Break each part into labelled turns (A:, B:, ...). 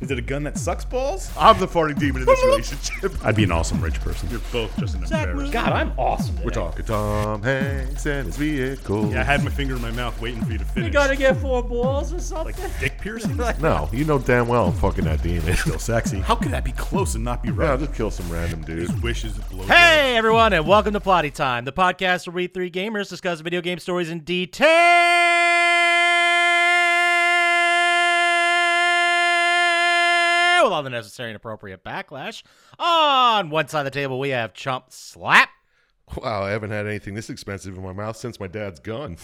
A: Is it a gun that sucks balls?
B: I'm the farting demon in this relationship.
A: I'd be an awesome rich person.
B: You're both just an embarrassment.
A: God, I'm awesome.
B: We're talking Tom Hanks and his vehicle.
C: Yeah, I had my finger in my mouth waiting for you to finish.
D: You gotta get four balls or something.
C: dick piercing.
B: No, you know damn well I'm fucking that demon.
A: Still sexy.
C: How could that be close and not be
B: Yeah, I'll
C: right?
B: just kill some random dude.
C: His wishes blow.
D: Hey everyone, and welcome to Plotty Time, the podcast where we three gamers discuss video game stories in detail with all the necessary and appropriate backlash. On one side of the table, we have Chump Slap.
B: Wow, I haven't had anything this expensive in my mouth since my dad's gun.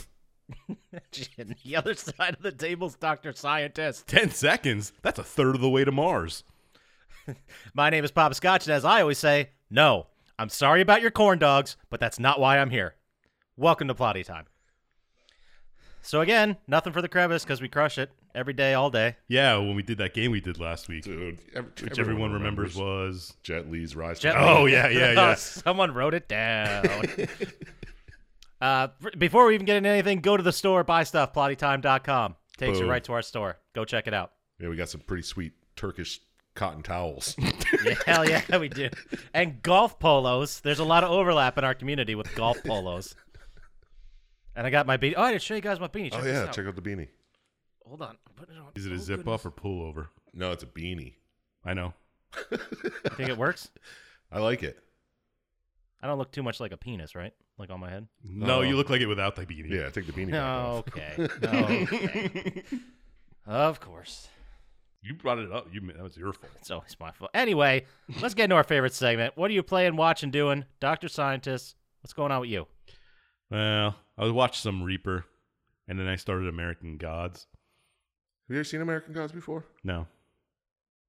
D: and the other side of the table's Doctor Scientist.
C: Ten seconds. That's a third of the way to Mars.
D: My name is Pop Scotch, and as I always say, no, I'm sorry about your corn dogs, but that's not why I'm here. Welcome to Plotty Time. So again, nothing for the crevice because we crush it every day, all day.
C: Yeah, when we did that game we did last week,
B: Dude, every,
C: which everyone remembers was.
B: Jet Lee's rise.
D: Jet
B: to
D: Li.
C: Oh yeah, yeah, yeah.
D: Someone wrote it down. uh, r- before we even get into anything, go to the store, buy stuff, plottytime.com. Takes you
B: Boom.
D: right to our store. Go check it out.
B: Yeah, we got some pretty sweet Turkish cotton towels.
D: Yeah, hell yeah, we do. And golf polos. There's a lot of overlap in our community with golf polos. And I got my beanie. Oh, I didn't show you guys my beanie. Check
B: oh
D: this
B: yeah,
D: out.
B: check out the beanie.
D: Hold on. I'm putting it on.
C: Is it a zip off or pullover?
B: No, it's a beanie.
C: I know.
D: You think it works?
B: I like it.
D: I don't look too much like a penis, right? Like on my head.
C: No,
B: Oh.
C: you look like it without the beanie.
B: Yeah, take the beanie. back off.
D: Okay. okay. of course.
C: You brought it up. You that was your fault.
D: It's always my fault. Anyway, let's get into our favorite segment. What are you playing, watching, doing? Dr. Scientist, what's going on with you?
C: Well, I was watching some Reaper, and then I started American Gods.
B: Have you ever seen American Gods before?
C: No,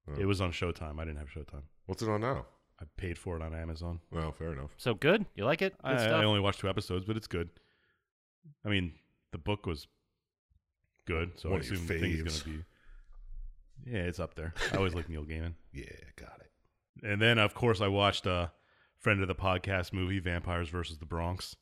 B: Oh.
C: it was on Showtime. I didn't have Showtime.
B: What's it on now?
C: I paid for it on Amazon.
B: Well, fair enough.
D: So good? You like it? Good
C: I,
D: stuff?
C: I only watched two episodes, but it's good. I mean, the book was good, so I
B: One of your
C: assume the thing's
B: faves.
C: gonna be. Yeah, it's up there. I always like Neil Gaiman.
B: Yeah, got it.
C: And then, of course, I watched a uh, friend of the podcast movie, Vampires versus the Bronx.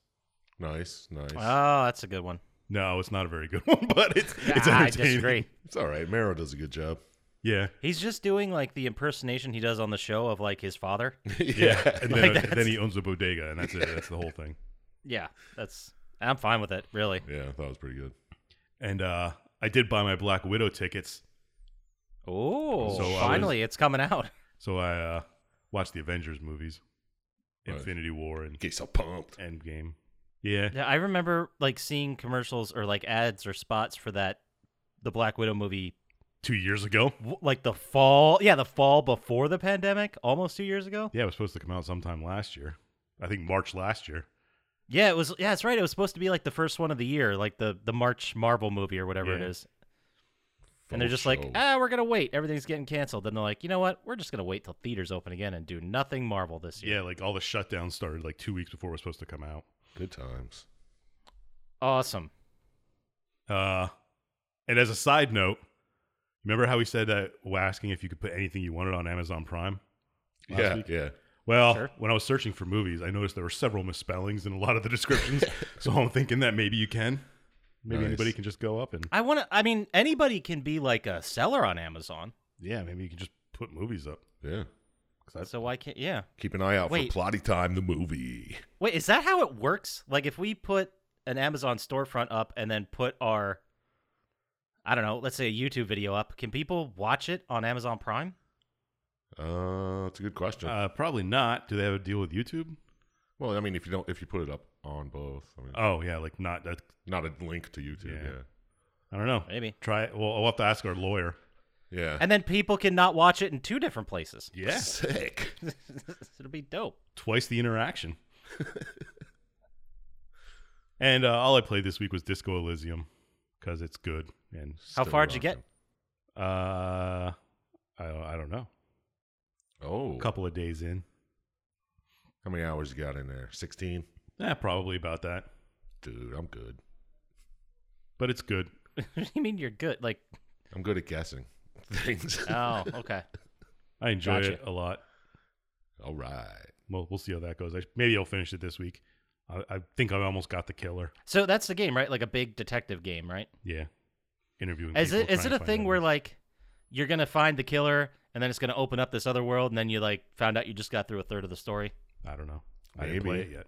B: Nice, nice.
D: Oh, that's a good one.
C: No, it's not a very good one, but it's it's entertaining.
D: Ah, I disagree.
B: it's all right. Mero does a good job.
C: Yeah,
D: He's just doing like the impersonation he does on the show of like his father.
C: yeah. And then,
D: Like, that's-
C: then he owns a bodega, and that's it. That's the whole thing.
D: Yeah, that's. I'm fine with it, really.
B: yeah, I thought it was pretty good.
C: And uh, I did buy my Black Widow tickets,
D: Oh,
C: So uh, I was-
D: finally, it's coming out.
C: so I uh, watched the Avengers movies,
B: Right.
C: Infinity War and
B: Get so pumped.
C: Endgame. Yeah,
D: Yeah, I remember like seeing commercials or like ads or spots for that, the Black Widow movie,
C: two years ago.
D: w- like the fall. Yeah, the fall before the pandemic, almost two years ago.
C: Yeah, it was supposed to come out sometime last year. I think March last year.
D: Yeah, it was. Yeah, that's right. It was supposed to be like the first one of the year, like the the March Marvel movie or whatever it
C: Yeah.
D: is. And they're
B: Faux
D: just
B: show.
D: like, ah, we're gonna wait. Everything's getting canceled. Then they're like, you know what? We're just gonna wait till theaters open again and do nothing Marvel this year.
C: Yeah, like all the shutdowns started like two weeks before it was supposed to come out.
B: good times.
D: Awesome.
C: Uh, and as a side note, remember how we said that we're asking if you could put anything you wanted on Amazon Prime? Last
B: yeah,
C: week?
B: yeah.
C: Well,
D: Sure.
C: when I was searching for movies, I noticed there were several misspellings in a lot of the descriptions. so I'm thinking that maybe you can. Maybe
B: Nice.
C: anybody can just go up and
D: I want to. I mean, anybody can be like a seller on Amazon.
C: yeah, maybe you can just put movies up.
B: Yeah.
C: 'Cause I-
D: So why can't? Yeah.
B: Keep an eye out
D: Wait.
B: for Plotty Time, the movie.
D: Wait, is that how it works? Like, if we put an Amazon storefront up and then put our, I don't know, let's say a YouTube video up, can people watch it on Amazon Prime?
B: Uh, that's a good question.
C: uh, probably not. Do they have a deal with YouTube?
B: well, I mean, if you don't, if you put it up on both, I mean,
C: Oh yeah, like not. That,
B: not a link to YouTube.
C: Yeah.
B: Yeah,
C: I don't know.
D: Maybe.
C: Try it. Well, I'll have to ask our lawyer.
B: yeah.
D: And then people can not watch it in two different places.
C: Yeah,
B: sick.
D: It'll be dope.
C: twice the interaction. and uh, all I played this week was Disco Elysium because it's good. And
D: How
B: Still
D: far'd you get?
B: rocking.
C: uh, I I don't know.
B: Oh,
C: A couple of days in.
B: how many hours you got in there? Sixteen,
C: Yeah, Eh, probably about that.
B: dude. I'm good.
C: But it's good.
D: you mean you're good? Like,
B: I'm good at guessing things.
D: oh, okay.
C: I enjoy
D: Gotcha.
C: it a lot.
B: All right.
C: Well, we'll see how that goes. I, maybe I'll finish it this week. I, I think I almost got the killer.
D: So that's the game, right? Like a big detective game, right?
C: Yeah, interviewing.
D: Is
C: people,
D: it is
C: trying
D: it
C: to
D: a
C: find
D: thing where
C: evidence.
D: like you're gonna find the killer, and then it's gonna open up this other world, and then you like found out you just got through a third of the story.
C: I don't know. I didn't play
B: Maybe.
C: it yet.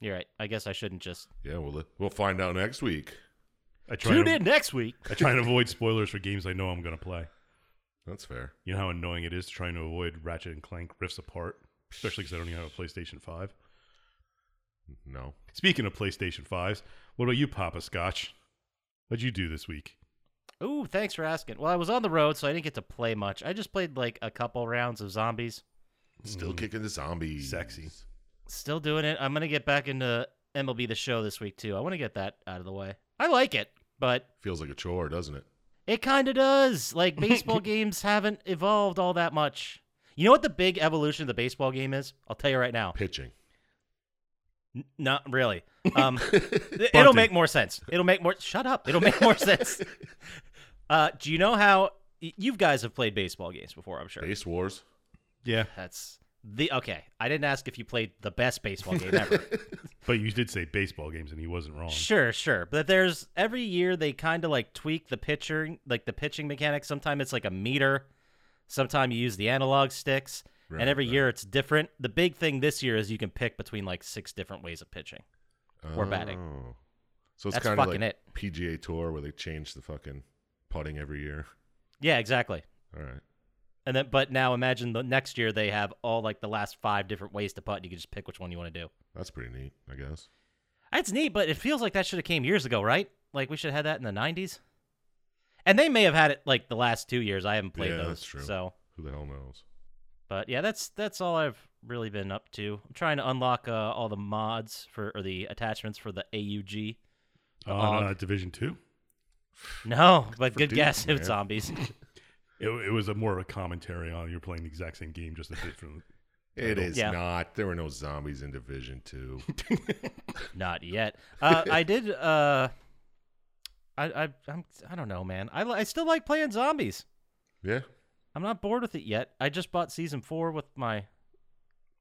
D: You're right. I guess I shouldn't just
B: Yeah, we'll we'll find out next week.
C: I try,
D: tune
C: and,
D: in next week.
C: I try and avoid spoilers for games I know I'm going to play.
B: That's fair.
C: You know how annoying it is to trying to avoid Ratchet and Clank Rifts Apart, especially because I don't even have a PlayStation 5.
B: No.
C: Speaking of PlayStation 5s, what about you, Papa Scotch? What'd you do this week?
D: Ooh, thanks for asking. Well, I was on the road, so I didn't get to play much. I just played like a couple rounds of zombies.
B: Still
D: Mm.
B: kicking the zombies.
C: Sexy.
D: Still doing it. I'm gonna get back into MLB the Show this week too. I want to get that out of the way. I like it, but
B: Feels like a chore, doesn't it?
D: it kind of does. Like baseball games haven't evolved all that much. You know what the big evolution of the baseball game is? I'll tell you right now.
B: Pitching.
D: N- Not really. Um, it- it'll make more sense. It'll make more. Shut up. It'll make more sense. Uh, do you know how y- you guys have played baseball games before? I'm sure.
B: Base wars.
C: Yeah,
D: That's the okay. I didn't ask if you played the best baseball game ever.
C: but you did say baseball games, and he wasn't wrong.
D: sure, sure. But there's every year they kind of like tweak the pitching, like the pitching mechanics. Sometimes it's like a meter. Sometimes you use the analog sticks,
B: Right,
D: and every
B: right.
D: year it's different. The big thing this year is you can pick between like six different ways of pitching. Or batting.
B: Oh. So it's
D: That's
B: kind of
D: fucking
B: like
D: it.
B: PGA Tour where they change the fucking putting every year.
D: Yeah, exactly.
B: All right.
D: And then, but now imagine the next year they have all like the last five different ways to putt. And you can just pick which one you want to do.
B: That's pretty neat, I guess.
D: That's neat, but it feels like that should have came years ago, right? Like we should have had that in the '90s. And they may have had it like the last two years. I haven't played
B: Yeah,
D: those,
B: that's true.
D: so.
B: Who the hell knows?
D: But yeah, that's that's all I've really been up to. I'm trying to unlock uh, all the mods for or the attachments for the AUG.
C: On
D: Og.
C: uh, Division Two,
D: No, but
B: for
D: good
B: Doom,
D: guess if
B: man.
D: it's zombies.
C: it, it was a more of a commentary on you're playing the exact same game, just a different.
B: It is
D: Yeah.
B: not. There were no zombies in Division Two.
D: Not yet. Uh, I did. Uh, I I I'm, I don't know, man. I li- I still like playing zombies.
B: yeah.
D: I'm not bored with it yet. I just bought season four with my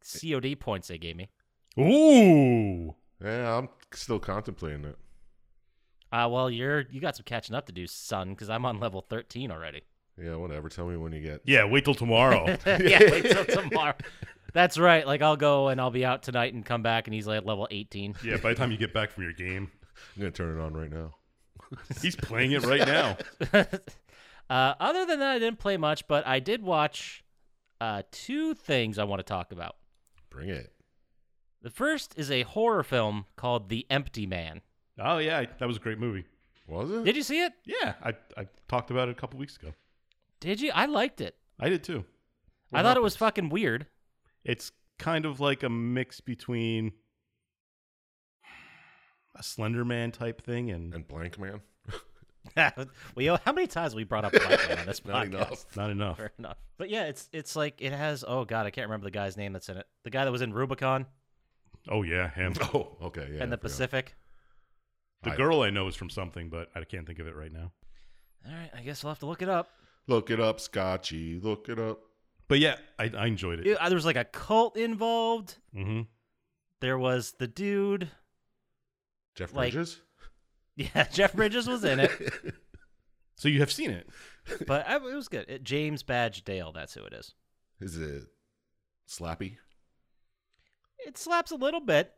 D: COD points they gave me.
C: Ooh,
B: Yeah, I'm still contemplating it.
D: Uh, well, you're you got some catching up to do, son, because I'm on level 13 already.
B: Yeah, whatever. Tell me when you get.
C: yeah. Wait till tomorrow.
D: yeah, wait till tomorrow. That's right. Like I'll go and I'll be out tonight and come back, and he's like level 18.
C: yeah, by the time you get back from your game,
B: I'm gonna turn it on right now.
C: he's playing it right now.
D: uh, other than that, I didn't play much, but I did watch uh, two things I want to talk about.
B: Bring it.
D: The first is a horror film called The Empty Man.
C: Oh yeah, I- that was a great movie.
B: Was it?
D: Did you see it?
C: Yeah, I I talked about it a couple weeks ago.
D: Did you? I liked it.
C: I did too.
D: I thought it was fucking weird.
C: It's kind of like a mix between a Slender Man type thing and
B: and Blank Man.
D: we how many times have we brought up Black Oh, Man on this
B: Not
D: podcast?
B: enough.
C: not enough.
D: Fair enough. But yeah, it's it's like it has oh god, I can't remember the guy's name that's in it. The guy that was in Rubicon
C: Oh yeah, him.
B: Oh, okay. Yeah.
D: and
B: I
D: the
B: forgot.
D: Pacific.
C: The
B: I-
C: girl I know is from something, but I can't think of it right now.
D: All right, I guess I'll have to look it up.
B: Look it up, Scotchy. Look it up.
C: But yeah, I, I enjoyed it.
D: Ew, uh, There was like a cult involved.
C: Mm-hmm.
D: There was the dude.
B: Jeff
D: Like-
B: Bridges.
D: Yeah, Jeff Bridges was in it,
C: So you have seen it.
D: but I, it was good. It, James Badge Dale, that's who it is.
B: Is it Slappy?
D: It slaps a little bit.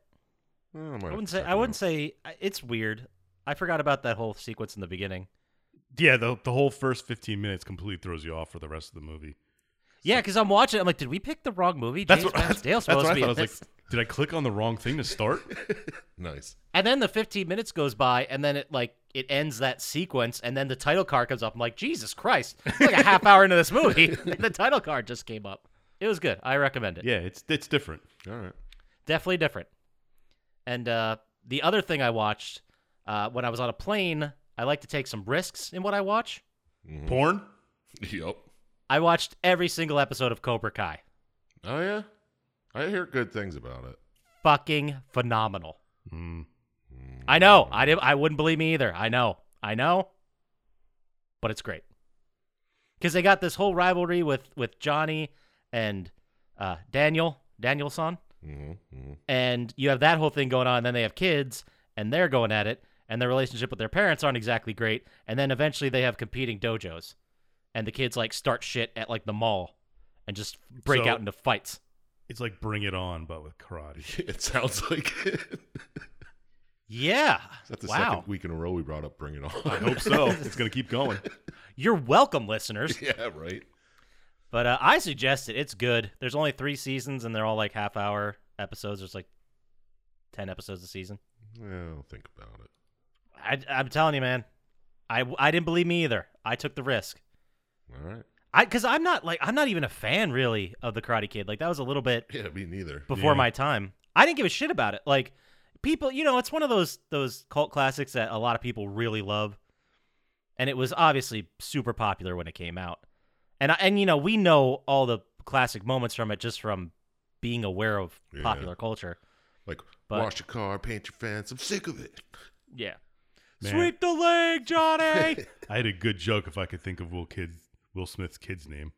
B: Oh, might
D: I
B: have
D: wouldn't
B: to
D: say.
B: check
D: I
B: it out.
D: wouldn't say I- it's weird. I forgot about that whole sequence in the beginning.
C: Yeah, the the whole first fifteen minutes completely throws you off for the rest of the movie.
D: Yeah, because I'm watching. it, I'm like, did we pick the wrong movie?
C: That's
D: James
C: what I-
D: Badge
C: That's
D: Dale's supposed
C: what
D: to
C: I
D: be.
C: thought. I
D: in
C: was like,
D: this.
C: did I click on the wrong thing to start?
B: Nice.
D: And then the 15 minutes goes by, and then it like it ends that sequence, and then the title card comes up. I'm like, Jesus Christ! It's like a half hour into this movie, and the title card just came up. It was good. I recommend it.
C: yeah, it's it's different.
B: All right.
D: Definitely different. And uh, the other thing I watched uh, when I was on a plane, I like to take some risks in what I watch.
C: Porn.
B: Yep.
D: I watched every single episode of Cobra Kai.
B: Oh yeah. I hear good things about it.
D: Fucking phenomenal.
C: Mm.
D: I know. I did, I wouldn't believe me either. I know. I know. But it's great. Cuz they got this whole rivalry with with Johnny and uh Daniel, Danielson,
B: Mm-hmm. mm-hmm.
D: and you have that whole thing going on and then they have kids and they're going at it and their relationship with their parents aren't exactly great and then eventually they have competing dojos. and the kids like start shit at like the mall and just break
C: So-
D: out into fights.
C: It's like Bring It On, but with karate.
B: It sounds like it.
D: Yeah.
B: That's the
D: wow.
B: second week in a row we brought up Bring It On.
C: I hope so. it's gonna keep going.
D: You're welcome, listeners.
B: yeah, right.
D: But uh, I suggest it. It's good. There's only three seasons, and they're all like half hour episodes. There's like ten episodes a season.
B: Well, think about it.
D: I, I'm telling you, man. I, I didn't believe me either. I took the risk.
B: All right.
D: I because I'm not like I'm not even a fan really of the Karate Kid. Like that was a little bit
B: Yeah, me neither.
D: before
C: Yeah.
D: my time. I didn't give a shit about it. Like people, you know, it's one of those those cult classics that a lot of people really love, and it was obviously super popular when it came out. And I, and you know, we know all the classic moments from it just from being aware of
B: Yeah.
D: popular culture.
B: Like,
D: But-
B: wash your car, paint your fence. I'm sick of it.
D: Yeah.
C: Man.
D: Sweep the leg, Johnny.
C: I had a good joke if I could think of Will kid Will Smith's kid's name.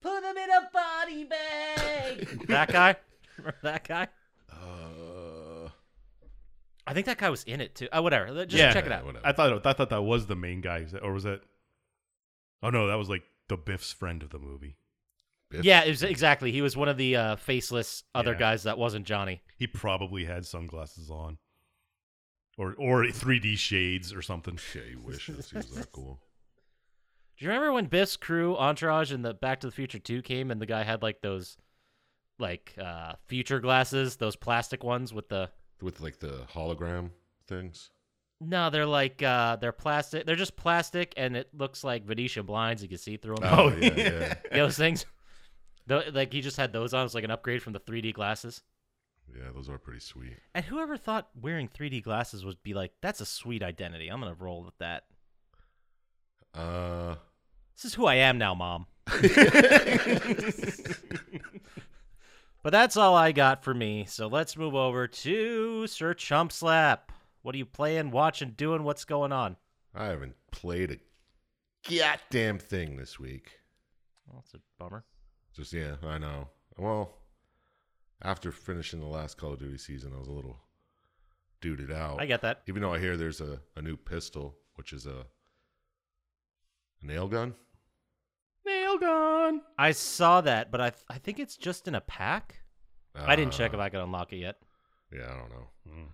D: Put him in a body bag. that guy. Remember that guy.
B: Uh,
D: I think that guy was in it too. Oh, whatever. Just
C: Yeah.
D: check it out.
B: Whatever.
C: I thought I thought that was the main guy, Is that- or was that? Oh no, that was like the Biff's friend of the movie.
B: Biff.
D: Yeah, it was, exactly. He was one of the uh, faceless other
C: Yeah.
D: guys that wasn't Johnny.
C: He probably had sunglasses on, or or 3D shades or something.
B: Yeah, he wishes he was that cool.
D: Do you remember when Biff's crew, Entourage, and the Back to the Future 2 came and the guy had like those like uh future glasses, those plastic ones with the
B: With like the hologram things.
D: No, they're like uh they're plastic. They're just plastic and it looks like Venetian blinds, you can see through them.
C: Oh,
B: yeah,
C: yeah.
B: yeah,
D: Those things. Tho- like he just had those on, it was like an upgrade from the 3D glasses.
B: yeah. Those are pretty sweet.
D: And whoever thought wearing 3D glasses would be like, that's a sweet identity. I'm going to roll with that.
B: Uh,
D: This is who I am now, mom. but that's all I got for me. So let's move over to Sir Chumpslap. What are you playing, watching, doing? What's going on?
B: I haven't played a goddamn thing this week.
D: Well, Oh, that's a bummer.
B: Just yeah, I know. Well, after finishing the last Call of Duty season, I was a little duded out.
D: I get that.
B: Even though I hear there's a, a new pistol, which is a, a nail gun.
C: Nail gun.
D: I saw that, but I I think it's just in a pack. I didn't check if
B: Uh,
D: I could unlock it yet.
B: Yeah, I don't know.
C: Mm.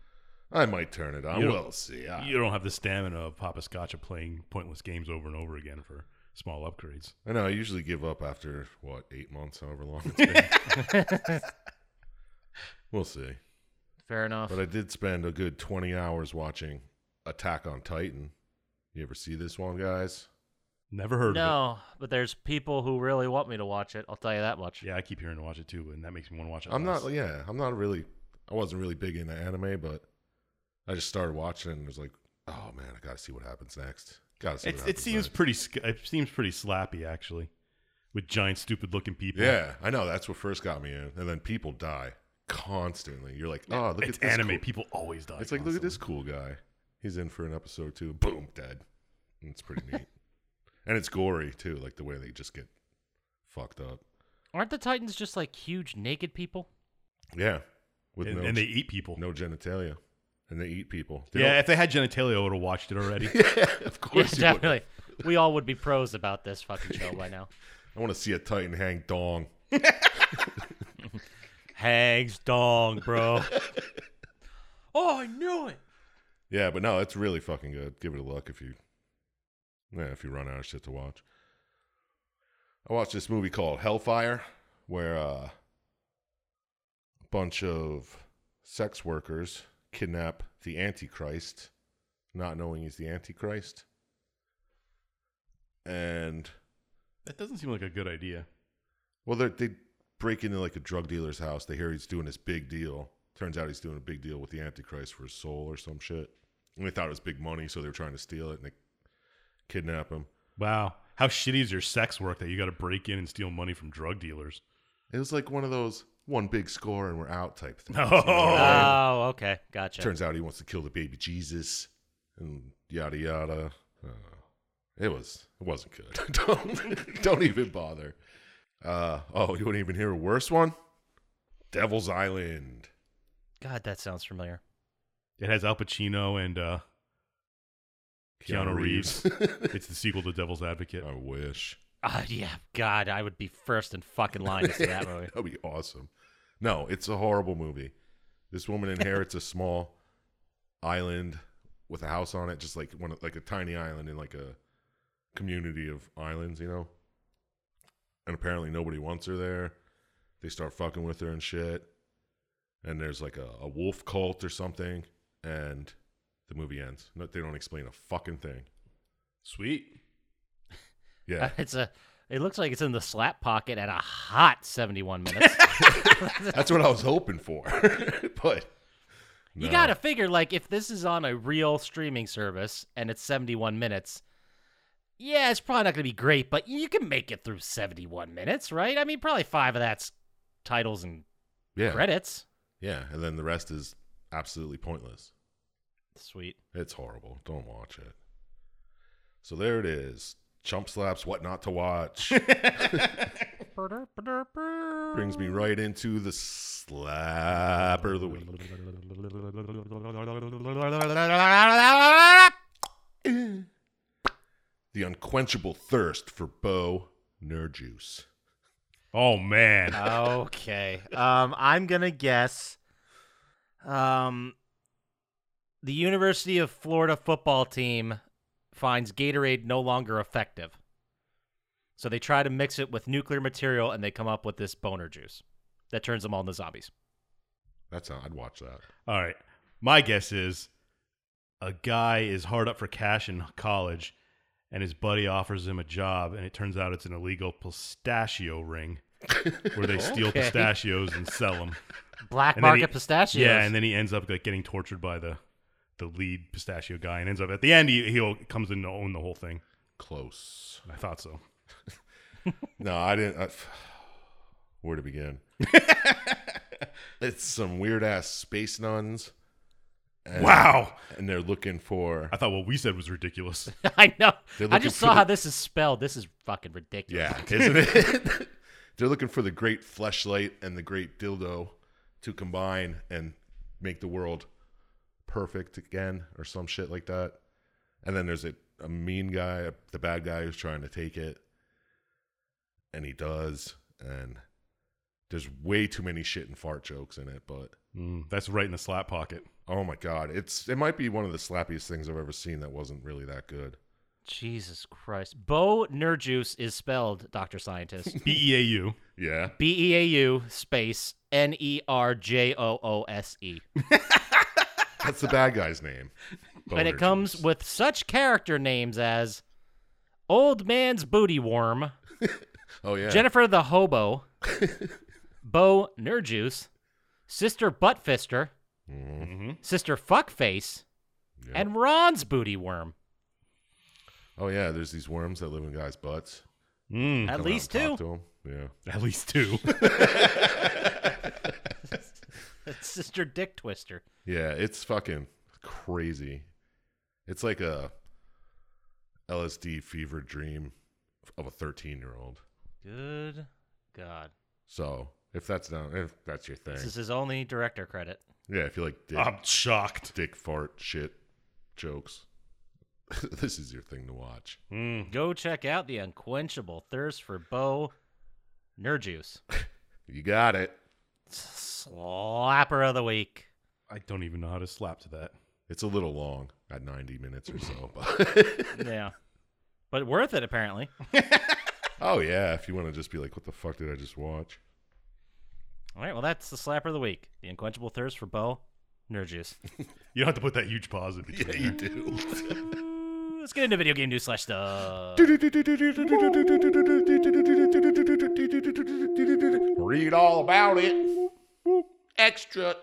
B: I might turn it on.
C: You don't-
B: we'll see. I,
C: You don't have the stamina of Papa Scotch of playing pointless games over and over again for small upgrades.
B: I know. I usually give up after what eight months, however long it's been. we'll see.
D: Fair enough.
B: But I did spend a good 20 hours watching Attack on Titan. You ever see this one, guys?
C: Never heard of
D: No, but there's people who really want me to watch it. I'll tell you that much.
C: it. Yeah, I keep hearing to watch it too, and that makes me want to watch it.
B: I'm
C: less.
B: not, yeah, I'm not really, I wasn't really big into anime, but I just started watching it and was like, oh man, I gotta see what happens next. Gotta see
C: It's, it
B: what happens
C: seems
B: next.
C: pretty. sc- It seems pretty slappy actually, with giant stupid looking people.
B: Yeah, I know. That's what first got me in. And then people die constantly. You're like, oh, look
C: it's
B: at this.
C: anime.
B: cool-"
C: People always die.
B: It's like, look at this
C: constantly.
B: cool guy. He's in for an episode or two. Boom, dead. And it's pretty neat. and it's gory too, like the way they just get fucked up.
D: Aren't the Titans just like huge naked people?
B: Yeah, with
C: and,
B: no
C: and they eat people.
B: no genitalia, and they eat people. They
C: yeah, if they had genitalia, I would have watched it already.
B: don't- yeah, of
D: Yeah,
B: course. you would.
D: definitely. We all would be pros about this fucking show by now.
B: I want to see a titan hang dong.
D: Hangs dong, bro. oh, I knew it.
B: Yeah, but no, it's really fucking good. Give it a look if you, yeah, if you run out of shit to watch. I watched this movie called Hellfire, where uh, a bunch of sex workers kidnap the Antichrist, not knowing he's the Antichrist, and
C: that doesn't seem like a good idea.
B: Well, they're- they break into like a drug dealer's house. They hear he's doing this big deal. Turns out he's doing a big deal with the Antichrist for his soul or some shit. And they thought it was big money, so they were trying to steal it and they kidnap him.
C: Wow, how shitty is your sex work that you got to break in and steal money from drug dealers?
B: It was like one of those one big score and we're out type things.
C: Oh.
D: Oh, okay. Gotcha.
B: Turns out he wants to kill the baby Jesus and yada yada. Uh, it was it wasn't good. don't don't even bother. Uh, oh, you wouldn't even hear a worse one. Devil's Island.
D: God, that sounds familiar.
C: It has Al Pacino and uh, Keanu, Reeves. it's the sequel to Devil's Advocate.
B: I wish.
D: Ah, yeah, God, I would be first in fucking line to see that movie.
B: That'd be awesome. No, it's a horrible movie. This woman inherits a small island with a house on it, just like one of- like a tiny island in like a community of islands, you know. And apparently nobody wants her there. They start fucking with her and shit. And there's like a, a wolf cult or something, and the movie ends. No, they don't explain a fucking thing.
C: Sweet.
B: Yeah,
D: It's a. It looks like it's in the slap pocket at a hot 71 minutes.
B: that's what I was hoping for. but
D: You
B: no.
D: gotta figure like if this is on a real streaming service and it's 71 minutes, yeah, it's probably not gonna be great, but you can make it through 71 minutes, right? I mean, probably five of that's titles and
B: yeah,
D: credits.
B: Yeah, and then the rest is absolutely pointless.
D: Sweet.
B: It's horrible. Don't watch it. So there it is. Chump slaps what not to watch. Brings me right into the slapper of the week. The unquenchable thirst for Bo Nerd Juice.
C: Oh man.
D: okay. Um, I'm gonna guess. Um, the University of Florida football team finds Gatorade no longer effective, so they try to mix it with nuclear material, and they come up with this boner juice that turns them all into zombies.
B: That's how I'd watch that.
C: All right. My guess is a guy is hard up for cash in college and his buddy offers him a job and it turns out it's an illegal pistachio ring where they steal
D: Okay.
C: pistachios and sell them.
D: Black
C: And then
D: market
C: he-
D: pistachios.
C: Yeah, and then he ends up like getting tortured by the the lead pistachio guy and ends up at the end he he comes in to own the whole thing.
B: Close.
C: I thought so.
B: No, I didn't. I, where to begin? it's some weird ass space nuns. And,
C: Wow.
B: And they're looking for.
C: I thought what we said was ridiculous.
D: I know.
B: They're
D: I
B: looking
D: just
B: for
D: saw
B: the-
D: how this is spelled. This is fucking ridiculous.
B: Yeah, isn't it? They're looking for the great fleshlight and the great dildo to combine and make the world perfect again or some shit like that. And then there's a, a mean guy, the bad guy who's trying to take it. And he does. And there's way too many shit and fart jokes in it, but
C: Mm, that's right in the slap pocket.
B: oh my god, it's it might be one of the slappiest things I've ever seen that wasn't really that good.
D: Jesus Christ. Bo Nerjuice is spelled, Doctor Scientist.
C: B E A U.
B: Yeah.
D: B E A U space N E R J O O S E.
B: That's the bad guy's name.
D: And it
B: Boner
D: comes
B: juice.
D: with such character names as Old Man's Booty Worm,
B: Oh yeah.
D: Jennifer the Hobo, Bo Nerjuice, Sister Buttfister,
B: Mhm.
C: Mm-hmm.
D: Sister Fuckface,
B: Yeah.
D: and Ron's Booty Worm.
B: Oh yeah, there's these worms that live in guys' butts.
C: Mm,
D: At
B: Come out
D: least
B: and
D: two.
B: talk to 'em.
C: at least two.
D: Sister Dick Twister.
B: Yeah, yeah, it's fucking crazy. It's like a LSD fever dream of a 13 year old.
D: Good God.
B: So if that's not if that's your thing,
D: This is his only director credit.
B: yeah, if you like dick,
C: I'm shocked.
B: dick fart shit jokes, this is your thing to watch.
C: Mm.
D: Go check out The Unquenchable Thirst for Bo Nerjuice.
B: You got it.
D: Slapper of the week.
C: I don't even know how to slap to that.
B: It's a little long at 90 minutes or so, but
D: Yeah. But worth it, apparently.
B: oh yeah, if you want to just be like, what the fuck did I just watch?
D: All right, well, that's the slapper of the week. The unquenchable thirst for Bo Nerjuice.
C: You don't have to put that huge pause in between.
B: Yeah, you do.
D: Ooh, Let's get into video game news slash stuff.
B: Read all about it. Extra.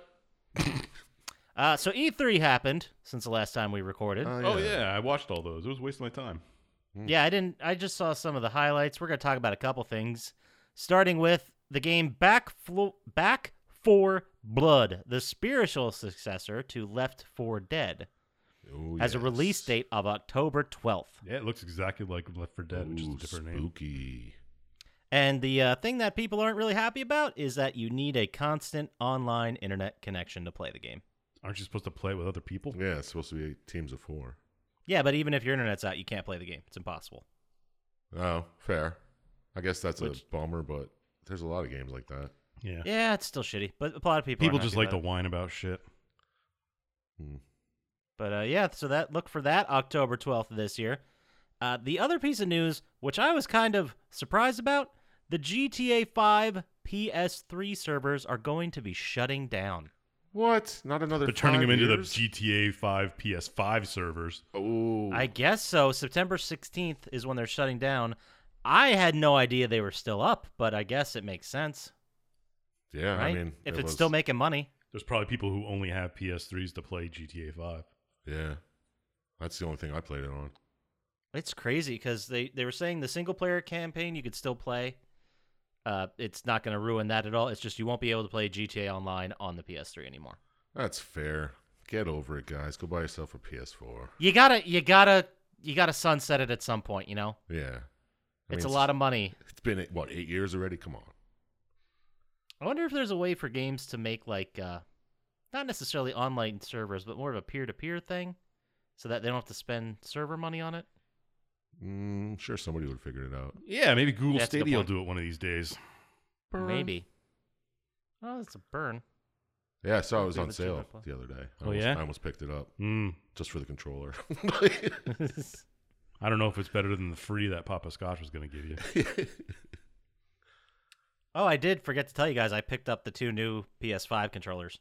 D: Uh, so E3 happened since the last time we recorded.
B: Uh,
C: Oh yeah, I watched all those. It was a waste of my time.
D: yeah, I didn't. I just saw some of the highlights. We're going to talk about a couple things, starting with the game Back Flo- Back for Blood, the spiritual successor to Left 4 Dead,
B: Oh,
D: has a
B: yes.
D: release date of October 12th.
C: Yeah, it looks exactly like Left 4 Dead, which is a
B: Ooh,
C: different name.
B: spooky.
D: And the uh, thing that people aren't really happy about is that you need a constant online internet connection to play the game.
C: Aren't you supposed to play it with other people?
B: Yeah, it's supposed to be teams of four.
D: Yeah, but even if your internet's out, you can't play the game. It's impossible.
B: Oh, fair. I guess that's a
C: Which-
B: bummer, but there's a lot of games like that.
C: Yeah.
D: Yeah, it's still shitty, but a lot of people
C: People
D: aren't
C: just
D: happy
C: like to
D: about it.
C: whine about shit.
B: Hmm.
D: But uh, yeah, so that look for that October twelfth this year. Uh, the other piece of news, which I was kind of surprised about, the GTA Five PS3 servers are going to be shutting down.
B: What? Not another.
C: They're turning them
B: five
C: into the
B: years?
C: GTA 5 PS5 servers.
B: Oh,
D: I guess so. September sixteenth is when they're shutting down. I had no idea they were still up, but I guess it makes sense,
B: yeah.
D: right?
B: I mean,
D: if
B: it
D: it's
B: was-
D: still making money,
C: There's probably people who only have PS3s to play GTA 5.
B: yeah, that's the only thing I played it on.
D: It's crazy because they, they were saying the single player campaign you could still play. Uh, it's not going to ruin that at all. It's just you won't be able to play GTA Online on the PS3 anymore.
B: That's fair. Get over it, guys. Go buy yourself a PS4.
D: You gotta you gotta you gotta sunset it at some point. You know,
B: Yeah, I mean,
D: it's a lot of money.
B: It's been eight- what eight years already. Come on.
D: I wonder if there's a way for games to make like uh, not necessarily online servers, but more of a peer to peer thing, so that they don't have to spend server money on it.
B: Mm, sure, somebody would figure it out.
C: Yeah, maybe Google
D: That's a good
C: Stadia will
D: point.
C: do it one of these days.
D: Maybe. Oh, it's a burn.
B: Yeah, I saw it was
D: Maybe
B: on
D: that's what I
B: sale
D: play.
B: the other day. I
C: Oh,
B: almost,
C: yeah?
B: I almost picked it up
C: Mm.
B: just for the controller.
C: I don't know if it's better than the free that Papa Scotch was going to give you.
D: oh, I did forget to tell you guys. I picked up the two new PS5 controllers.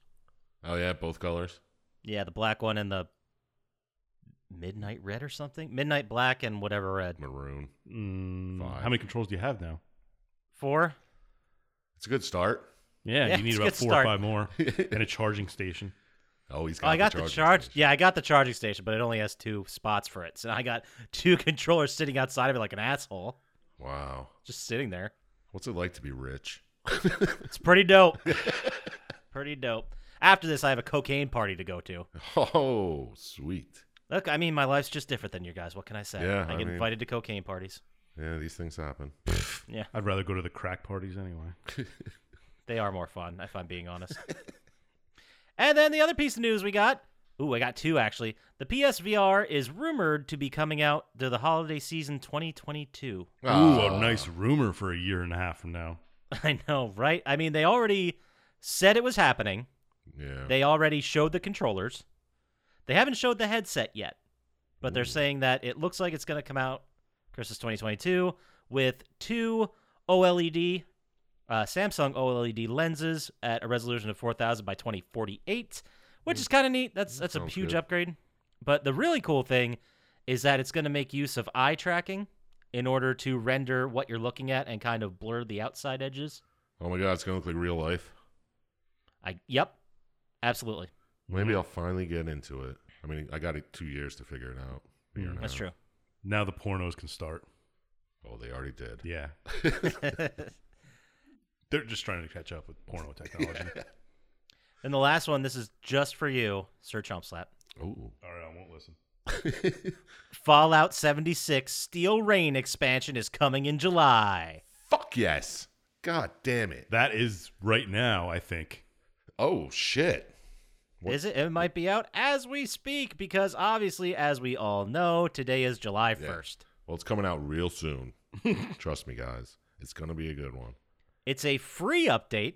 B: oh yeah, both colors.
D: Yeah, the black one and the midnight red or something. Midnight black and whatever red.
B: Maroon.
C: Mm,
B: Five.
C: How many controls do you have now?
D: Four.
B: It's a good start.
C: Yeah,
D: Yeah,
C: you need
D: it's a
C: about
D: good
C: four
D: start.
C: or five more and a charging station.
B: Oh, he's got.
D: Oh, I got the
B: charging
D: charge.
B: station.
D: Yeah, I got the charging station, but it only has two spots for it. So I got two controllers sitting outside of it like an asshole,
B: Wow.
D: just sitting there.
B: What's it like to be rich?
D: It's pretty dope. pretty dope. After this, I have a cocaine party to go to.
B: Oh, sweet.
D: Look, I mean, my life's just different than your guys. What can I say?
B: Yeah,
D: I
B: I
D: get
B: mean-
D: invited to cocaine parties.
B: Yeah, these things happen.
C: I'd rather go to the crack parties anyway.
D: They are more fun, if I'm being honest. and then the other piece of news we got. Ooh, I got two actually. The PSVR is rumored to be coming out to the holiday season 2022.
C: Ooh,
B: Ah.
C: a nice rumor for a year and a half from now.
D: I know, right? I mean, they already said it was happening.
B: Yeah.
D: They already showed the controllers. They haven't showed the headset yet, but they're
B: Ooh.
D: saying that it looks like it's going to come out Christmas 2022 with two OLED, uh, Samsung OLED lenses at a resolution of 4,000 by 2048, which is kind of neat. That's that's a
B: Mm. sounds
D: huge
B: good.
D: upgrade. But the really cool thing is that it's going to make use of eye tracking in order to render what you're looking at and kind of blur the outside edges.
B: oh my god, it's gonna look like real life.
D: I yep, absolutely.
B: Maybe I'll finally get into it. I mean, I got it two years to figure it out. A year and a
D: Mm, That's
B: half.
D: true.
C: Now the pornos can start.
B: Oh, they already did.
C: Yeah. They're just trying to catch up with porno technology.
D: And the last one, this is just for you, Sir Chumpslap.
B: Oh,
C: All right, I won't listen.
D: Fallout 76 Steel Rain expansion is coming in July.
B: fuck yes. God damn it.
C: That is right now, I think.
B: Oh shit. What-
D: Is it? It might be out as we speak because obviously, as we all know, today is July 1st.
B: Well, it's coming out real soon. Trust me, guys. It's gonna be a good one.
D: It's a free update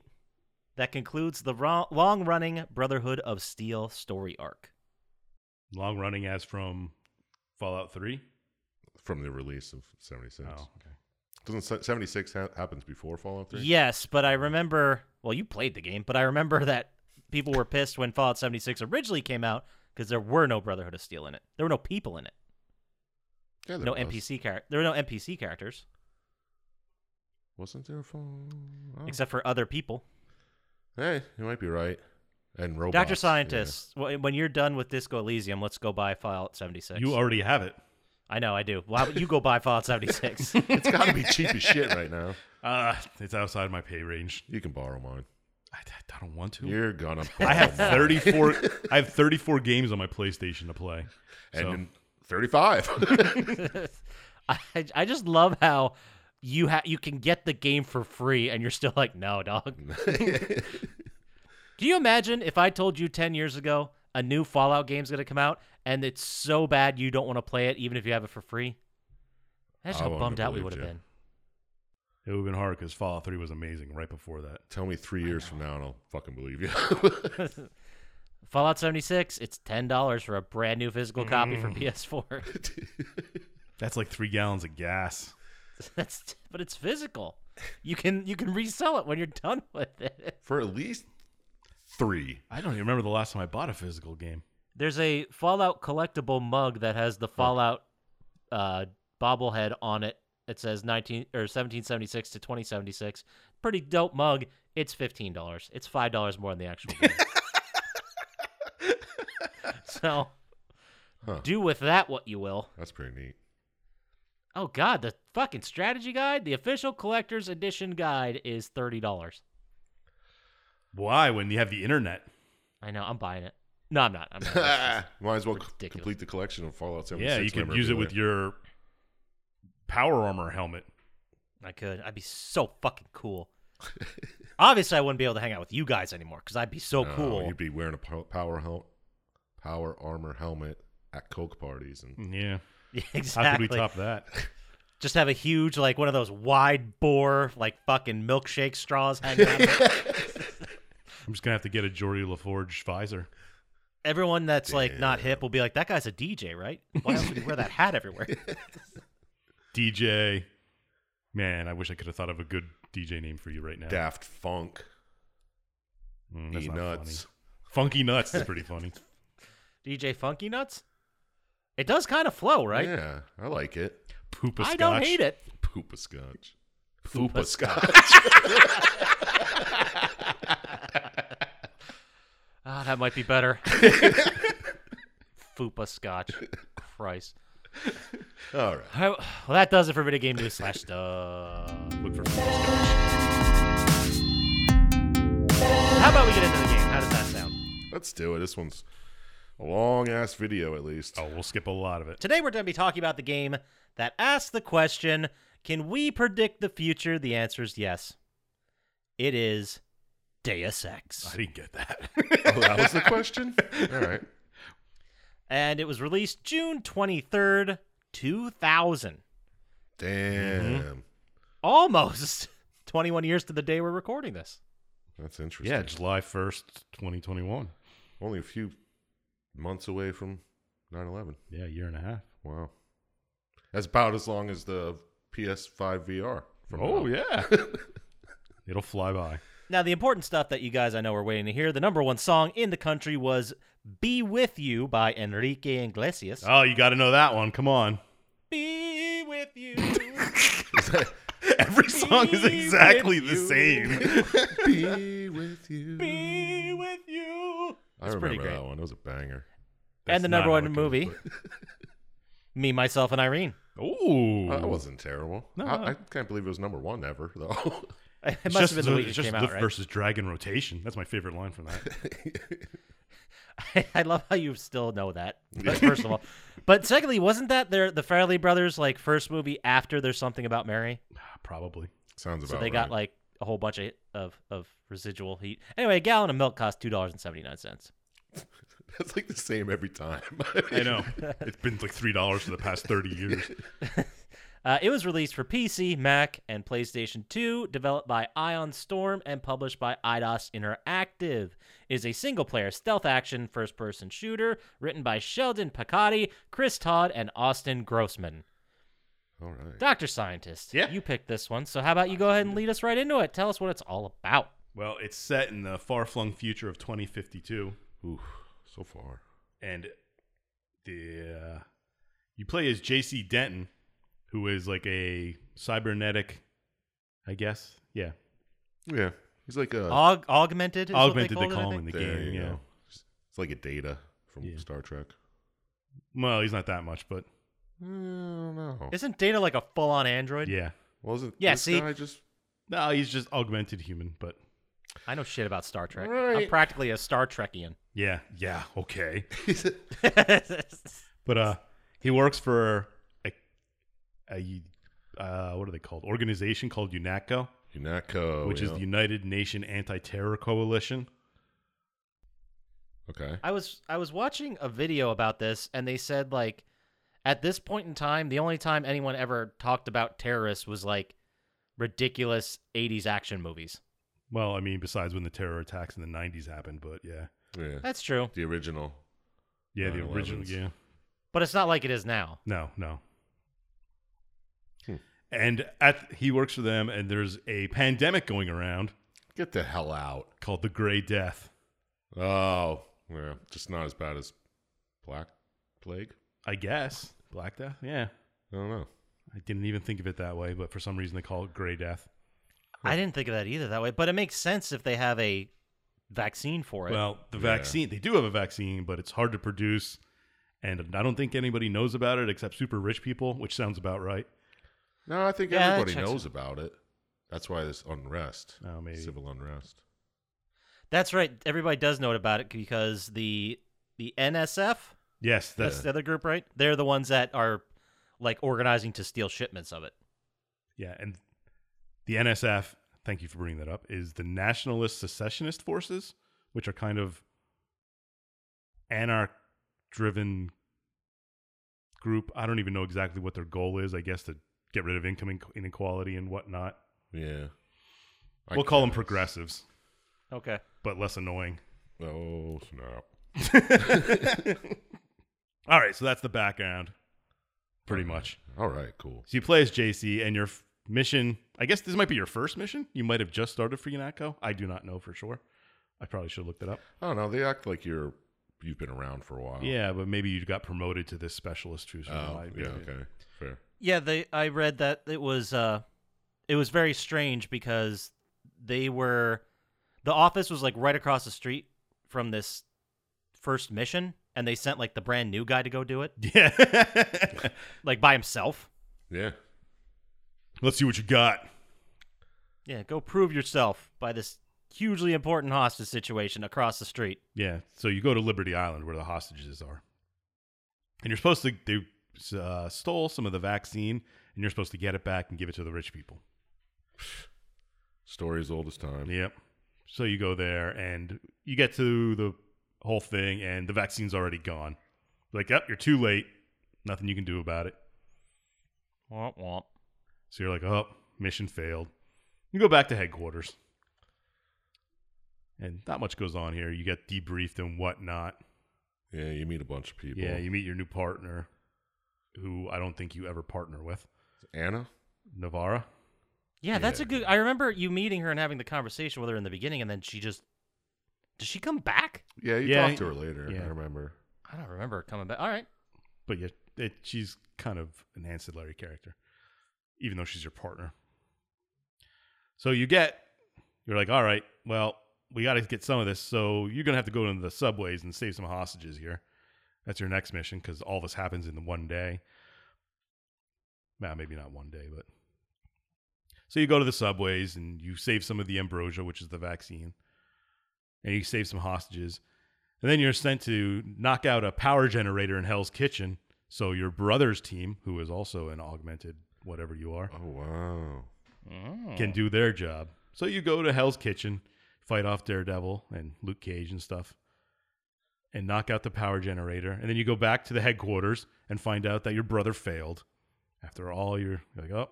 D: that concludes the long running Brotherhood of Steel story arc.
C: Long running as from Fallout 3.
B: From the release of seventy six.
C: Oh, okay.
B: Doesn't seventy six ha- happens before Fallout three?
D: Yes, but I remember, well, you played the game, but I remember that people were pissed when Fallout 76 originally came out because there were no Brotherhood of Steel in it, there were no people in it.
B: Yeah, there
D: no
B: was.
D: NPC character. There were no NPC characters
B: Wasn't there a phone? Oh.
D: except for other people.
B: Hey, you might be right. And robots.
D: Doctor
B: yeah.
D: Scientist, wh- when you're done with Disco Elysium, let's go buy Fallout 76.
C: You already have it.
D: I know, I do. Well, how about you go buy Fallout 76.
B: It's gotta be cheap as shit right now.
C: Uh, it's outside my pay range.
B: You can borrow mine.
C: I, I don't want to.
B: You're gonna.
C: I have
B: borrow mine.
C: 34 I have 34 games on my PlayStation to play.
B: and
C: So-
B: in thirty-five.
D: I, I just love how you ha- you can get the game for free and you're still like, no, dog. do you imagine if I told you 10 years ago a new Fallout game's going to come out and it's so bad you don't want to play it even if you have it for free. Imagine
B: I
D: how
B: wouldn't
D: bummed
B: have
D: out we would
B: believed
D: have
B: you.
D: been.
C: It would have been hard because Fallout 3 was amazing right before that.
B: Tell me three years from now, and I'll fucking believe you.
D: Fallout 76, it's $10 for a brand new physical copy for PS4.
C: That's like three gallons of gas.
D: That's but it's physical. You can you can resell it when you're done with it.
B: For at least three.
C: I don't even remember the last time I bought a physical game.
D: There's a Fallout collectible mug that has the Fallout uh, bobblehead on it. It says 19 or 1776 to 2076. Pretty dope mug. It's fifteen dollars. It's five dollars more than the actual game. so
B: Huh.
D: do with that what you will.
B: That's pretty neat.
D: Oh god, the fucking strategy guide, the official collector's edition guide is thirty dollars.
C: Why when you have the internet?
D: I know, I'm buying it. No, I'm not. I'm not. It's just-
B: Might as well c-
D: ridiculous.
B: complete the collection of Fallout 76.
C: Yeah, you could use it with your power armor helmet.
D: I could. I'd be so fucking cool. Obviously, I wouldn't be able to hang out with you guys anymore because I'd be so
B: memorabilia. No,
D: cool.
B: You'd be wearing a po- power hel- power armor helmet at Coke parties and
C: Yeah.
D: Yeah,
C: How
D: exactly.
C: could we top that?
D: Just have a huge, like one of those wide bore, like fucking milkshake straws hanging out. of it.
C: I'm just gonna have to get a Geordie LaForge visor.
D: Everyone that's like not hip will be like, "That guy's a DJ, right? Why else would he wear that hat everywhere?"
C: DJ. Man, I wish I could have thought of a good DJ name for you right now.
B: Daft Funk.
C: Mm, that's
B: E
C: not
B: nuts.
C: funny. Funky nuts is pretty funny.
D: DJ Funky Nuts. It does kind of flow, right?
B: Yeah, I like it.
C: Poop a
D: I
C: scotch.
D: don't hate it.
B: Poop a scotch. Poop a scotch.
D: Ah, that might be better. Fupa Scotch. Christ.
B: All right.
D: All right, well, that does it for video game news slash stuff.
C: Look for
D: How about we get into the game? How does that sound?
B: Let's do it. This one's a long ass video, at least.
C: Oh, we'll skip a lot of it.
D: Today we're going to be talking about the game that asks the question, can we predict the future? The answer is yes. It is Deus
C: I
D: Ex.
C: didn't get that.
B: Oh, that was the question? All right.
D: And it was released June 23rd, 2000.
B: Damn.
D: Almost 21 years to the day we're recording this.
B: That's interesting.
C: yeah, July first, twenty twenty one.
B: Only a few months away from 9 11.
C: Yeah, a year and a half.
B: Wow. That's about as long as the PS5 VR. From
C: Oh
B: now.
C: yeah. It'll fly by.
D: Now, the important stuff that you guys I know are waiting to hear, the number one song in the country was Be With You by Enrique Iglesias.
C: Oh, you gotta know that one. Come on.
D: Be with you.
C: Every song is exactly the same.
B: Be with you.
D: Be with you.
B: I
D: It's
B: remember
D: pretty great.
B: that one. It was a banger.
D: and the
C: That's
D: number
C: not how
D: one
C: it goes,
D: movie, Me, Myself, and Irene.
C: Ooh.
B: That wasn't terrible.
C: No, no.
B: I, I can't believe it was number one ever, though.
D: It
C: It's just,
D: must have been the week
C: it's
D: it
C: just
D: came out,
C: Lift
D: right?
C: versus Dragon rotation. That's my favorite line from that.
D: I love how you still know that. But first of all, but secondly, wasn't that their the Farrelly brothers like first movie after There's Something About Mary?
C: Ah, Probably.
B: Sounds
D: So
B: about
D: they got
B: right.
D: like a whole bunch of of, of residual heat. Anyway, a gallon of milk costs two dollars and seventy nine cents.
B: That's like the same every time.
C: I know. it's been like three dollars for the past thirty years.
D: Uh, it was released for PC, Mac, and PlayStation 2, developed by Ion Storm and published by IDOS Interactive. It is a single player stealth action first person shooter written by Sheldon Picotti, Chris Todd, and Austin Grossman.
B: All right.
D: Dr. Scientist,
C: Yeah.
D: you picked this one, so how about you go ahead and lead us right into it? Tell us what it's all about.
C: Well, it's set in the far flung future of twenty fifty two.
B: Oof, so far.
C: and the uh, you play as J.C. Denton, who is like a cybernetic, I guess, yeah,
B: Yeah. He's like a.
D: Aug- augmented? Is
C: augmented
D: what
C: they
D: they, call
C: call
D: it, I
C: him in
D: think?
C: the
B: there
C: game.
B: you
C: Yeah,
B: go. It's like a data from
C: Yeah.
B: Star Trek.
C: well, he's not that much, but
B: I don't know.
D: Isn't Data like a full on android?
C: yeah,
B: Wasn't
D: Yeah,
B: Oh, this
D: see-
B: guy just
C: no, he's just augmented human, but
D: I know shit about Star Trek. I'm
B: Right.
D: practically a Star Trekian.
C: yeah, yeah, okay,
B: he's a-
C: but uh, he works for a, a uh, what are they called? Organization called UNACO.
B: Unatco,
C: which is
B: Oh, yeah.
C: the United Nation Anti Terror Coalition.
B: Okay.
D: I was I was watching a video about this and they said like at this point in time the only time anyone ever talked about terrorists was like ridiculous 80s action movies.
C: Well, I mean, besides when the terror attacks in the 90s happened, but yeah.
B: Yeah.
D: That's true.
B: The original.
C: Yeah, the
B: 9/11s.
C: original. Yeah.
D: But it's not like it is now.
C: No, no.
B: Hmm.
C: And at he works for them, and there's a pandemic going around
B: Get the hell out.
C: called the Gray Death.
B: Oh, yeah. Just not as bad as Black Plague.
C: I guess Black Death. Yeah,
B: I don't know.
C: I didn't even think of it that way, but for some reason they call it Gray Death.
D: I didn't think of that either that way, but it makes sense if they have a vaccine for it.
C: Well, the
B: Yeah.
C: vaccine they do have a vaccine, but it's hard to produce, and I don't think anybody knows about it except super rich people, which sounds about right.
B: No, I think
D: Yeah, that
B: everybody
D: checks
B: knows about it. That's why there's unrest,
C: Oh, maybe.
B: civil unrest.
D: That's right. Everybody does know about it because the the NSF,
C: Yes,
D: that's
C: that's
D: the other group, right? They're the ones that are like organizing to steal shipments of it.
C: yeah, and the NSF. Thank you for bringing that up. Is the Nationalist Secessionist Forces, which are kind of anarch-driven group. I don't even know exactly what their goal is. I guess to get rid of income in- inequality and whatnot.
B: Yeah. I
C: we'll call them
B: guess.
C: progressives,
D: Okay.
C: but less annoying.
B: Oh, snap.
C: All right, so that's the background, pretty much.
B: All right, cool.
C: So you play as JC, and your f- mission. I guess this might be your first mission. You might have just started for Yanako. I do not know for sure. I probably should have looked it up.
B: I don't know. They act like you're you've been around for a while.
C: Yeah, but maybe you got promoted to this specialist who's
B: Oh, yeah. Okay. Fair.
D: Yeah, they I read that it was uh it was very strange because they were the office was like right across the street from this first mission and they sent like the brand new guy to go do it
C: Yeah.
D: like by himself.
B: Yeah.
C: Let's see what you got.
D: Yeah, go prove yourself by this hugely important hostage situation across the street.
C: Yeah. So you go to Liberty Island where the hostages are. And you're supposed to, they uh, stole some of the vaccine and you're supposed to get it back and give it to the rich people.
B: Story as old as time.
C: Yep. So you go there and you get to the whole thing and the vaccine's already gone. Like, yep, you're too late. Nothing you can do about it.
D: Womp womp.
C: So you're like, oh, mission failed. You go back to headquarters. And not much goes on here. You get debriefed and whatnot.
B: Yeah. You meet a bunch of people.
C: Yeah, you meet your new partner, who I don't think you ever partner with,
B: Anna.
C: Navara.
D: Yeah, that's a good. I remember you meeting her and having the conversation with her in the beginning, and then she just. Did she come back?
B: Yeah. You
C: Yeah,
B: talked to her later.
C: yeah.
B: I remember.
D: I don't remember her coming back. All right.
C: But yet, it, she's kind of an ancillary character, even though she's your partner. So you get, you're like, all right, well, we got to get some of this. So you're gonna have to go into the subways and save some hostages here. That's your next mission because all this happens in the one day. Nah, maybe not one day, but so you go to the subways and you save some of the ambrosia, which is the vaccine, and you save some hostages. And then you're sent to knock out a power generator in Hell's Kitchen. So your brother's team, who is also an augmented whatever you are,
B: Oh wow.
D: Mm.
C: can do their job. So you go to Hell's Kitchen, fight off Daredevil and Luke Cage and stuff, and knock out the power generator. And then you go back to the headquarters and find out that your brother failed. After all, you're like, oh,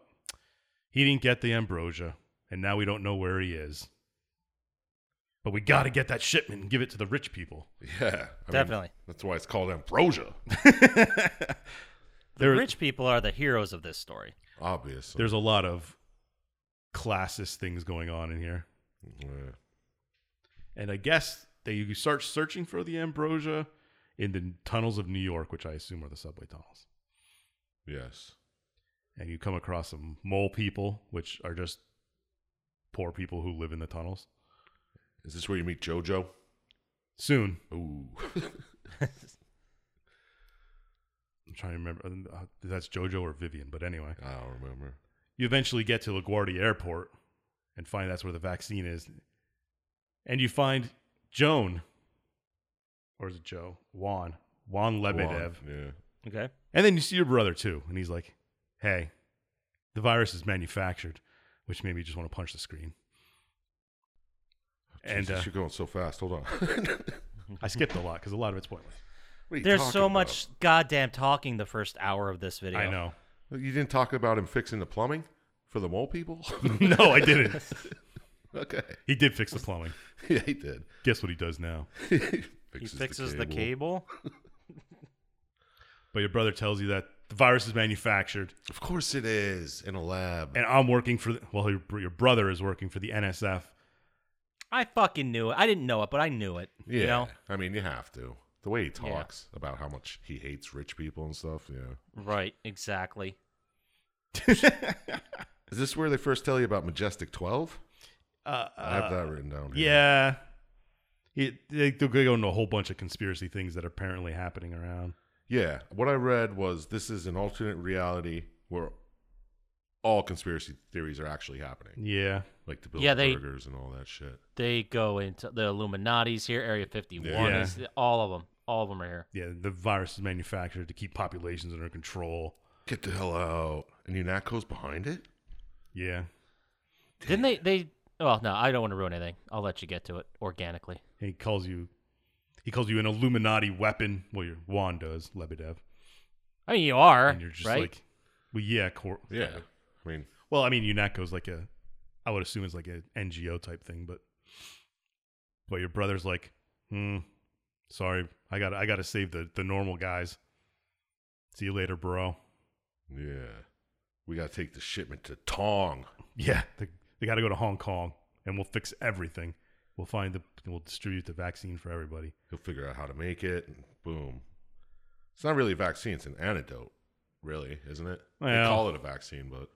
C: he didn't get the ambrosia, and now we don't know where he is. But we got to get that shipment and give it to the rich people.
B: Yeah. I mean,
D: Definitely.
B: that's why it's called ambrosia.
D: The
C: There-
D: rich people are the heroes of this story.
B: Obviously.
C: There's a lot of classist things going on in here.
B: Yeah.
C: And I guess that you start searching for the ambrosia in the tunnels of New York, which I assume are the subway tunnels.
B: Yes.
C: And you come across some mole people, which are just poor people who live in the tunnels.
B: Is this where you meet JoJo?
C: Soon,
B: Ooh.
C: I'm trying to remember uh, that's JoJo or Vivian, but anyway,
B: I don't remember.
C: you eventually get to LaGuardia Airport and find that's where the vaccine is. And you find Joan, or is it Joe? Juan. Juan Lebedev.
B: Juan, Yeah.
D: Okay.
C: And then you see your brother too, and he's like, "Hey, the virus is manufactured," which made me just want to punch the screen. And,
B: Jesus,
C: uh,
B: you're going so fast. Hold on.
C: I skipped a lot because a lot of it's pointless.
B: What are you
D: There's
B: talking
D: so
B: about?
D: much goddamn talking the first hour of this video.
C: I know.
B: You didn't talk about him fixing the plumbing for the mole people?
C: no, I didn't.
B: okay.
C: He did fix the plumbing.
B: Yeah, he did.
C: Guess what he does now?
B: he
D: He fixes the cable.
C: But your brother tells you that the virus is manufactured,
B: Of course it is in a lab.
C: and I'm working for. The, well, your, your brother is working for the NSF.
D: I fucking knew it. I didn't know it, but I knew it.
B: yeah.
D: You know?
B: I mean, you have to. The way he talks about how much he hates rich people and stuff. Yeah.
D: Right, exactly.
B: Is this where they first tell you about Majestic 12?
C: Uh,
B: I have that written down. here.
C: Yeah. It, they they go into a whole bunch of conspiracy things that are apparently happening around.
B: Yeah. What I read was this is an alternate reality where all conspiracy theories are actually happening,
C: Yeah.
B: like the Bill
D: Yeah, they-
B: Burgers and all that shit.
D: They go into the Illuminati's here, Area 51
C: Yeah.
D: is all of them. All of them are here.
C: Yeah. The virus is manufactured to keep populations under control.
B: Get the hell out. And UNACO's behind it?
C: Yeah.
D: Didn't they they well, no, I don't want to ruin anything. I'll let you get to it organically.
C: And he calls you he calls you an Illuminati weapon. Well, your Juan does, Lebedev.
D: I mean, you are,
C: And you're just
D: right?
C: like, well, yeah, cor-
B: Yeah. I mean,
C: Well, I mean, UNACO's like a, I would assume it's like a NGO type thing, but, but your brother's like, hmm, sorry, I got, to I got to save the the normal guys. See you later, bro.
B: yeah. We got to take the shipment to Tong.
C: Yeah, they, they got to go to Hong Kong, and we'll fix everything. We'll find the, we'll distribute the vaccine for everybody.
B: He'll figure out how to make it, and boom. It's not really a vaccine, it's an antidote, really, isn't it? they
C: Well-
B: call it a vaccine, but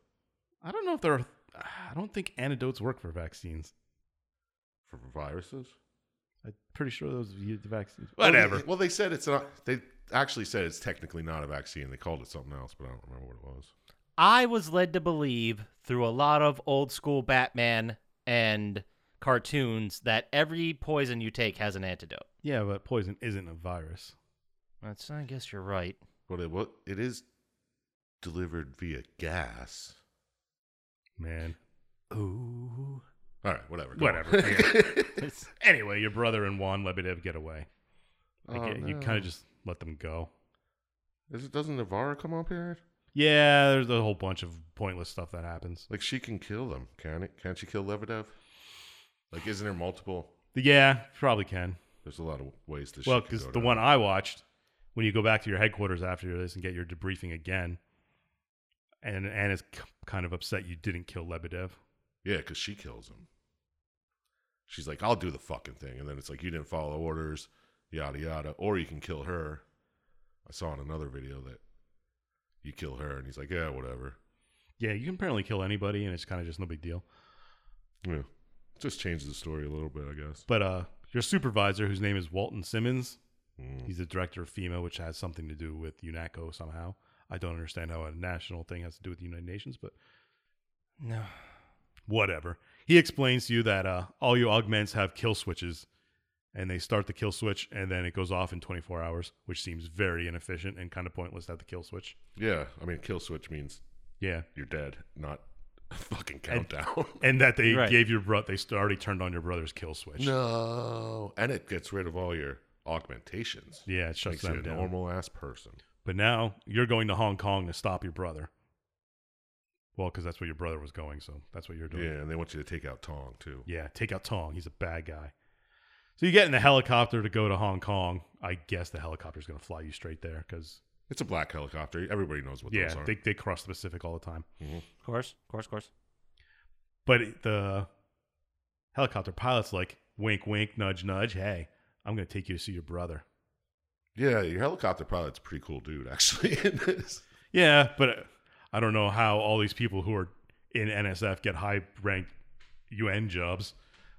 C: I don't know if there are, I don't think antidotes work for vaccines.
B: for viruses?
C: I'm pretty sure those the vaccines.
B: Well,
C: Whatever.
B: they, well, they said it's not, they actually said it's technically not a vaccine. They called it something else, but I don't remember what it was.
D: I was led to believe through a lot of old school Batman and cartoons that every poison you take has an antidote.
C: Yeah, but poison isn't a virus.
D: That's, I guess you're right.
B: But it, what, it is delivered via gas.
C: Man.
D: Ooh.
B: All right, whatever. go on.
C: Whatever. yeah. anyway, your brother and Juan Lebedev get away. Like,
B: Oh,
C: yeah, You
B: no.
C: kind of just let them go.
B: Is it, doesn't Navarra come up here?
C: Yeah, there's a whole bunch of pointless stuff that happens.
B: Like she can kill them, can it? Can't she kill Lebedev? Like, isn't there multiple?
C: Yeah, probably can.
B: There's a lot of ways to.
C: Well, because the one I watched, when you go back to your headquarters after this and get your debriefing again, and Anna's k- kind of upset you didn't kill Lebedev.
B: Yeah, because she kills him. She's like, I'll do the fucking thing. And then it's like, you didn't follow orders, yada, yada. Or you can kill her. I saw in another video that you kill her, and he's like, yeah, whatever.
C: Yeah, you can apparently kill anybody, and it's kind of just no big deal.
B: Yeah. Just changes the story a little bit, I guess.
C: But uh, your supervisor, whose name is Walton Simmons,
B: Mm.
C: he's the director of FEMA, which has something to do with UNACO somehow. I don't understand how a national thing has to do with the United Nations, but
D: No.
C: whatever. He explains to you that uh, all your augments have kill switches, and they start the kill switch, and then it goes off in 24 hours, which seems very inefficient and kind of pointless at the kill switch.
B: Yeah, I mean, kill switch means
C: Yeah,
B: you're dead, not a fucking countdown.
C: and that they
D: Right.
C: gave your brother, they st- already turned on your brother's kill switch.
B: no. And it gets rid of all your augmentations.
C: Yeah, it shuts
B: Makes you
C: them
B: a
C: down.
B: normal ass person.
C: But now you're going to Hong Kong to stop your brother. Well, because that's where your brother was going, so that's what you're doing.
B: Yeah, and they want you to take out Tong, too.
C: Yeah, take out Tong. He's a bad guy. So you get in the helicopter to go to Hong Kong. I guess the helicopter's going to fly you straight there because,
B: It's a black helicopter. Everybody knows what
C: yeah,
B: those are.
C: they, they cross the Pacific all the time.
D: Of course, of course, of course.
C: But it- the helicopter pilot's like, wink, wink, nudge, nudge. Hey, I'm going to take you to see your brother.
B: Yeah, your helicopter pilot's a pretty cool dude, actually. In this.
C: Yeah, but uh, I don't know how all these people who are in NSF get high ranked UN jobs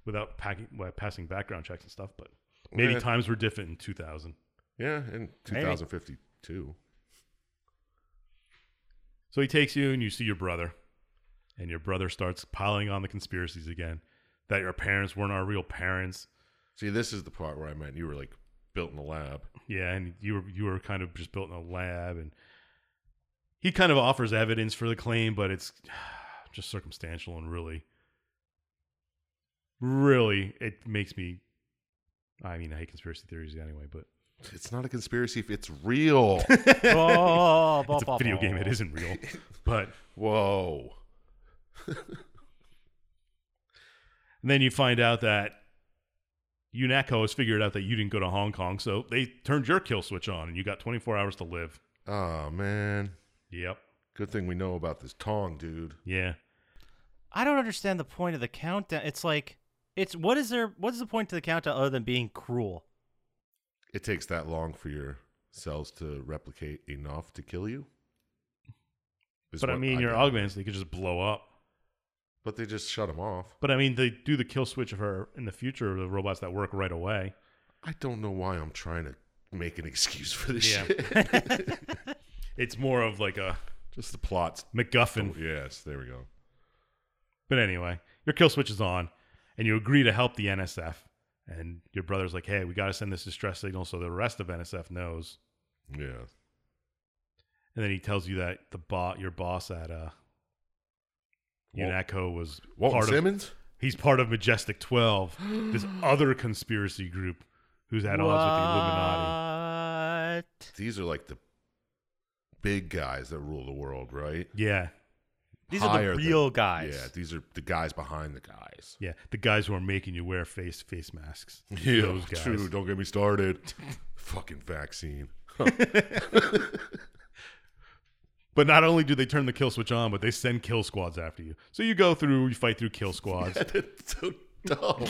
C: without packing, well, passing background checks and stuff. But maybe
B: Yeah.
C: times were different in 2000.
B: Yeah, in 2052.
C: So he takes you and you see your brother, and your brother starts piling on the conspiracies again that your parents weren't our real parents.
B: See, this is the part where I meant you were like built in a lab.
C: Yeah, and you were you were kind of just built in a lab, and he kind of offers evidence for the claim, but it's just circumstantial and really, really, it makes me I mean, I hate conspiracy theories anyway, but
B: It's not a conspiracy if it's real.
D: Oh,
C: it's a video game. It isn't real. But
B: Whoa.
C: and then you find out that UNACO has figured out that you didn't go to Hong Kong, so they turned your kill switch on, and you got 24 hours to live.
B: Oh, man.
C: Yep.
B: Good thing we know about this Tong dude.
C: Yeah.
D: I don't understand the point of the countdown. It's like, it's what is there? What's the point to the countdown other than being cruel?
B: It takes that long for your cells to replicate enough to kill you. Is
C: but I
B: what
C: mean, your
B: got.
C: augments they could just blow up.
B: But they just shut him off.
C: But I mean, they do the kill switch of her in the future. The robots that work right away.
B: I don't know why I'm trying to make an excuse for this
C: Yeah.
B: shit.
C: It's more of like a
B: Just the plots.
C: MacGuffin.
B: Oh, Yes, there we go.
C: But anyway, your kill switch is on, and you agree to help the NSF. And your brother's like, "Hey, we got to send this distress signal so the rest of NSF knows."
B: Yeah.
C: And then he tells you that the bot, your boss at uh,
B: Wal-
C: UNACO was
B: Walton
C: part of.
B: Simmons?
C: He's part of Majestic Twelve, this other conspiracy group who's at odds with the Illuminati.
D: What?
B: These are like the big guys that rule the world, right?
C: Yeah,
D: These are the
B: Higher
D: real guys.
B: Yeah, these are the guys behind the guys.
C: yeah, the guys who are making you wear face face masks. Those guys.
B: True, don't get me started. Fucking vaccine.
C: But not only do they turn the kill switch on, but they send kill squads after you. So you go through, you fight through kill squads,
B: That's so dumb.
C: you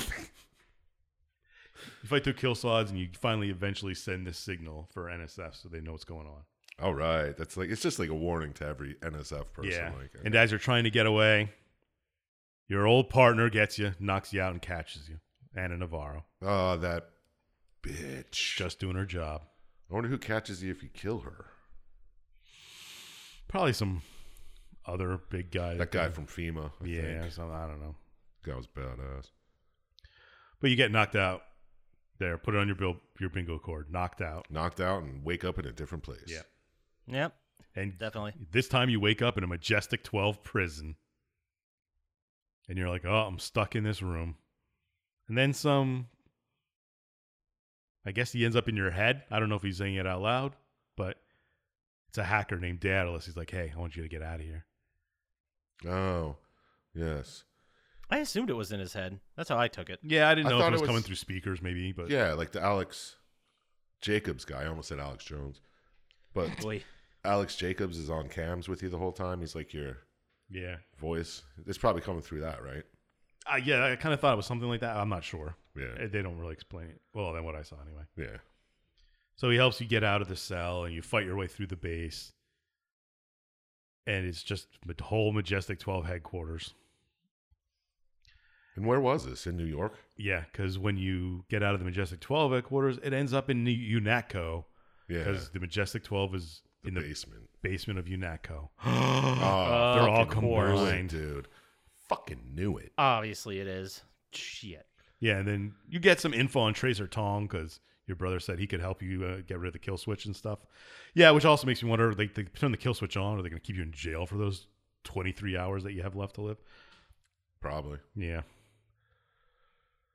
C: fight through kill squads, and you finally eventually send this signal for NSF so they know what's going on.
B: All right, that's like it's just like a warning to every NSF person.
C: yeah.
B: Like,
C: and as you're trying to get away, your old partner gets you, knocks you out, and catches you. Anna Navarro,
B: oh, that bitch.
C: just doing her job.
B: I wonder who catches you if you kill her.
C: Probably some other big guy.
B: That guy from FEMA. I
C: yeah,
B: think.
C: some- I don't know.
B: that was badass.
C: But you get knocked out there. Put it on your bill, your bingo cord. Knocked out.
B: Knocked out and wake up in a different place.
C: Yeah.
D: Yep,
C: And
D: definitely.
C: this time you wake up in a majestic 12 prison. And you're like, oh, I'm stuck in this room. And then some. I guess he ends up in your head. I don't know if he's saying it out loud, but it's a hacker named Daedalus. He's like, hey, I want you to get out of here.
B: Oh, yes.
D: I assumed it was in his head. That's how I took it.
C: Yeah, I didn't
B: I
C: know if
B: thought
C: it was,
B: it was-
C: coming through speakers, maybe, but
B: yeah, like the Alex Jacobs guy. I almost said Alex Jones, but
D: Boy,
B: Alex Jacobs is on cams with you the whole time. He's like your
C: yeah.
B: voice. It's probably coming through that, right?
C: I, yeah, I kind of thought it was something like that. I'm not sure.
B: Yeah.
C: Eh, They don't really explain it. Well, than what I saw anyway.
B: Yeah.
C: So he helps you get out of the cell and you fight your way through the base. And it's just the whole Majestic 12 headquarters.
B: And where was this? In New York?
C: Yeah, because when you get out of the Majestic 12 headquarters, it ends up in U- UNATCO
B: Yeah.
C: because the Majestic 12 is
B: the
C: in the
B: basement.
C: basement of UNATCO.
B: Oh,
C: They're all
B: fucking knew it,
C: combined.
B: dude. Fucking knew it.
D: obviously it is. Shit.
C: Yeah, and then you get some info on Tracer Tong because your brother said he could help you uh, get rid of the kill switch and stuff. Yeah, which also makes me wonder: they, they turn the kill switch on, are they going to keep you in jail for those twenty three hours that you have left to live?
B: Probably.
C: Yeah,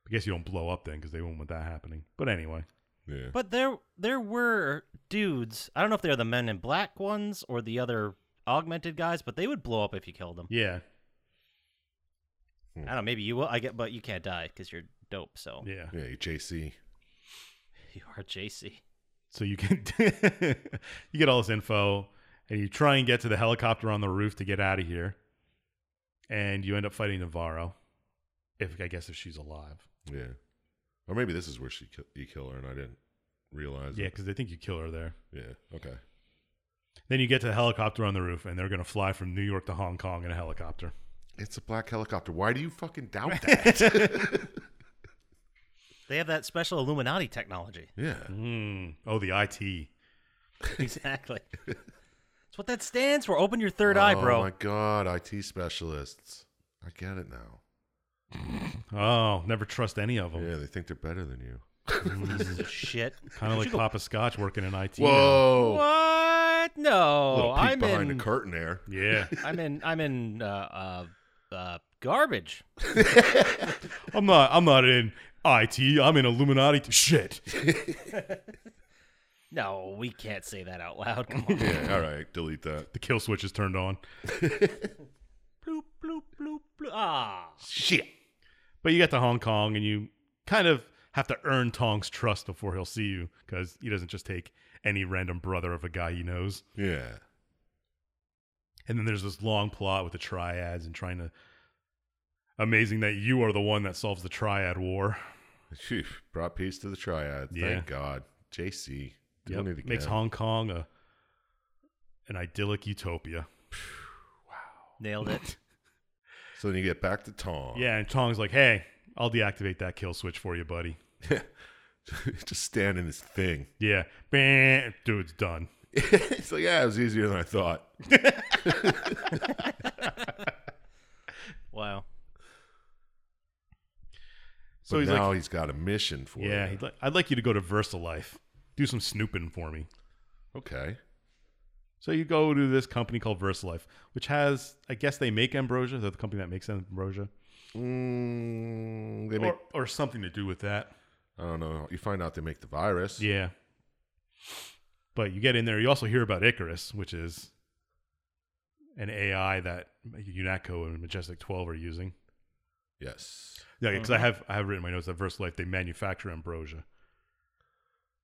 C: I guess you don't blow up then because they won't want that happening. But anyway,
B: Yeah.
D: But there, there were dudes. I don't know if they're the Men in Black ones or the other augmented guys, but they would blow up if you killed them.
C: yeah,
D: I don't know. Maybe you will. I get, but you can't die because you're dope. So
C: yeah.
B: yeah, you JC.
D: you are JC.
C: So you can you get all this info, and you try and get to the helicopter on the roof to get out of here, and you end up fighting Navarro. If I guess if she's alive,
B: Yeah. Or maybe this is where she ki- you kill her and I didn't realize
C: yeah,
B: it.
C: because they think you kill her there.
B: Yeah. Okay.
C: Then you get to the helicopter on the roof, and they're going to fly from New York to Hong Kong in a helicopter.
B: It's a black helicopter. Why do you fucking doubt that?
D: They have that special Illuminati technology.
B: yeah.
C: Mm. Oh, the IT.
D: Exactly. That's what that stands for. Open your third eye,
B: Oh
D: bro.
B: my god, IT specialists. I get it now.
C: Oh, never trust any of them.
B: Yeah, they think they're better than you.
D: Piece of shit.
C: Kind of like Papa Scotch working in IT.
B: Whoa.
D: What?
B: A
D: No,
B: little peek
D: I'm
B: behind
D: in,
B: the curtain there.
C: now. Yeah.
D: I'm in. I'm in. Uh, uh, uh, garbage.
C: I'm not. I'm not in IT, I'm in Illuminati. T- Shit.
D: No, we can't say that out loud. Come on.
B: Yeah, all right, delete that.
C: The kill switch is turned on.
D: bloop, bloop, bloop, bloop. Ah.
B: Shit.
C: But you get to Hong Kong and you kind of have to earn Tong's trust before he'll see you because he doesn't just take any random brother of a guy he knows.
B: Yeah.
C: And then there's this long plot with the triads and trying to. Amazing that you are the one that solves the triad war.
B: Phew, brought peace to the triad.
C: Yeah.
B: Thank God. JC.
C: Yep.
B: Doing it again.
C: Makes Hong Kong a an idyllic utopia.
D: Nailed it.
B: So then you get back to Tom.
C: Yeah, and Tong's like, "Hey, I'll deactivate that kill switch for you, buddy."
B: Just standing his thing.
C: Yeah, Bam. dude's done.
B: it's like, yeah, it was easier than I thought.
D: Wow.
B: So
C: So he's
B: now
C: like,
B: he's got a mission for
C: "Yeah,
B: you.
C: he'd like- I'd like you to go to VersaLife, do some snooping for me."
B: okay.
C: So you go to this company called VersaLife, which has, I guess, they make ambrosia. They're the company that makes ambrosia,
B: Mm, they make,
C: or, or something to do with that.
B: I don't know. You find out they make the virus.
C: Yeah. But you get in there, you also hear about Icarus, which is an AI that UNACO and Majestic 12 are using.
B: Yes.
C: Yeah, because I have I have written in my notes that VersaLife they manufacture ambrosia.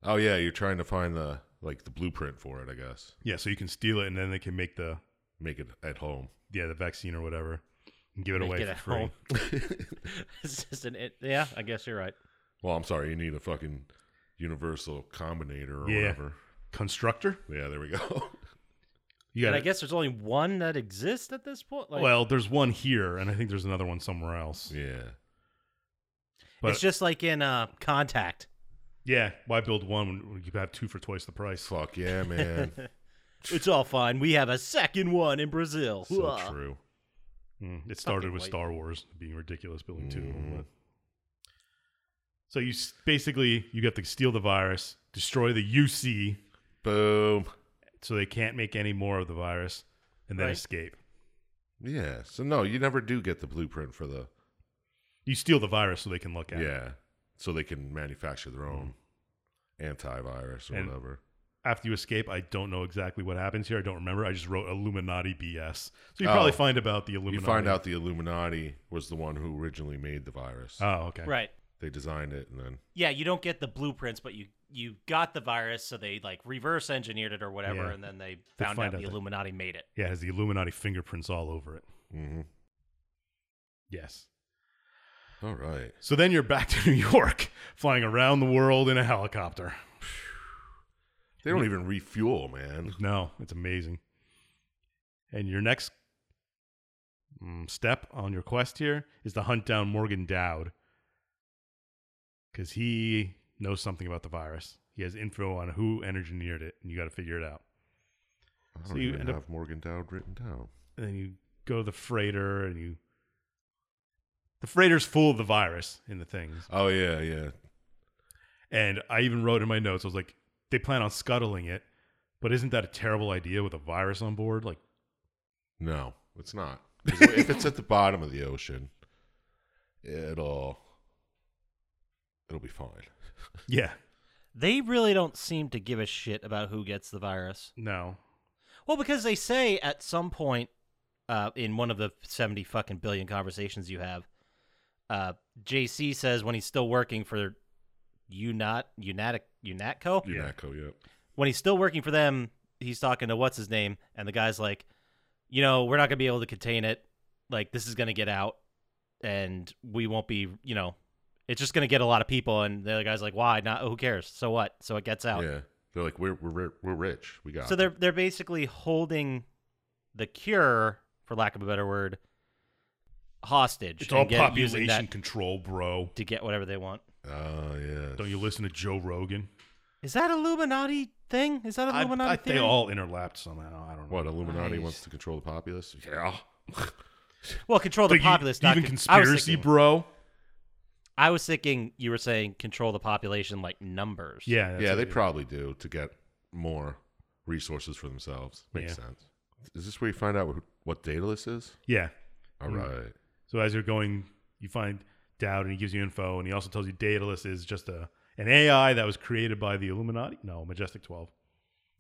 B: Oh yeah, you're trying to find the like the blueprint for it, I guess.
C: Yeah, so you can steal it and then they can make the
B: Make it at home.
C: yeah the vaccine or whatever and give it
D: Make
C: away
D: it
C: for
D: at
C: free.
D: home. It's just an it. Yeah, I guess you're right.
B: Well, I'm sorry, you need a fucking universal combinator or
C: Yeah.
B: whatever.
C: Constructor,
B: Yeah, there we go.
C: you got.
D: And I guess there's only one that exists at this point. Like,
C: well, there's one here, and I think there's another one somewhere else.
B: yeah.
C: but-
D: it's just like in uh, Contact.
C: Yeah, why build one when you have two for twice the price?
B: Fuck yeah, man.
D: It's all fine. We have a second one in Brazil.
B: so
D: Hooah.
B: true.
C: Mm, it started
D: Fucking
C: with
D: white
C: Star Wars being ridiculous, building two. of them,
B: Mhm.
C: but- So you s- basically you have to steal the virus, destroy the UC,
B: Boom.
C: so they can't make any more of the virus, and then
D: Right.
C: escape.
B: Yeah. So no, you never do get the blueprint for the
C: You steal the virus so they can look at.
B: yeah.
C: it.
B: So they can manufacture their own antivirus or
C: And-
B: whatever.
C: After you escape, I don't know exactly what happens here. I don't remember. I just wrote Illuminati BS. So you probably
B: Oh.
C: find about the Illuminati.
B: You find out the Illuminati was the one who originally made the virus.
C: Oh, okay.
D: Right.
B: they designed it and then
D: Yeah, you don't get the blueprints, but you you got the virus, so they like reverse engineered it or whatever,
C: Yeah.
D: and then they found
C: find
D: out,
C: out
D: the
C: that-
D: Illuminati made it.
C: Yeah, it has the Illuminati fingerprints all over it.
B: Mhm.
C: Yes.
B: All right.
C: So then you're back to New York, flying around the world in a helicopter.
B: They don't even refuel, man.
C: No, it's amazing. And your next mm, step on your quest here is to hunt down Morgan Dowd because he knows something about the virus. He has info on who engineered it, and you got to figure it out.
B: I
C: So
B: don't
C: you
B: even
C: end up-
B: have Morgan Dowd written down.
C: And then you go to the freighter, and you the freighter's full of the virus in the things.
B: Oh yeah, yeah.
C: And I even wrote in my notes, I was like, they plan on scuttling it, but isn't that a terrible idea with a virus on board? Like,
B: No, it's not. 'Cause if it's at the bottom of the ocean, it'll it'll be fine.
C: yeah,
D: They really don't seem to give a shit about who gets the virus.
C: no,
D: Well, because they say at some point uh, in one of the 70 fucking billion conversations you have, uh, JC says when he's still working for UNAT, UNAT, UNATCO,
C: Yeah.
B: Unaco, yep.
D: when he's still working for them, he's talking to what's his name, and the guy's like, you know, we're not gonna be able to contain it. Like this is gonna get out, and we won't be, you know, it's just gonna get a lot of people. And the other guy's like, why? Not who cares? So what? So it gets out.
B: Yeah. They're like we're we're ri- we're rich. We got
D: So
B: it."
D: they're they're basically holding the cure, for lack of a better word, hostage.
C: It's
D: and
C: all
D: get- using
C: population
D: that
C: control, bro.
D: to get whatever they want.
B: Oh yeah.
C: Don't you listen to Joe Rogan?
D: Is that Illuminati thing? Is that
C: I,
D: Illuminati
C: I,
D: theory?
C: they all interlapped somehow. I don't know.
B: What Illuminati
D: Nice.
B: wants to control the populace? Yeah.
D: well control the
C: Like, you-
D: populace. not
C: even
D: con- I was
C: conspiracy,
D: thinking-
C: bro.
D: I was thinking you were saying control the population like numbers.
C: Yeah, that's
B: yeah,
C: it.
B: they probably do to get more resources for themselves. Makes sense. Is this where you find out wh- what Daedalus is?
C: Yeah.
B: All
C: Mm.
B: right.
C: So as you're going, you find doubt, and he gives you info, and he also tells you Daedalus is just a an AI that was created by the Illuminati. No, Majestic Twelve.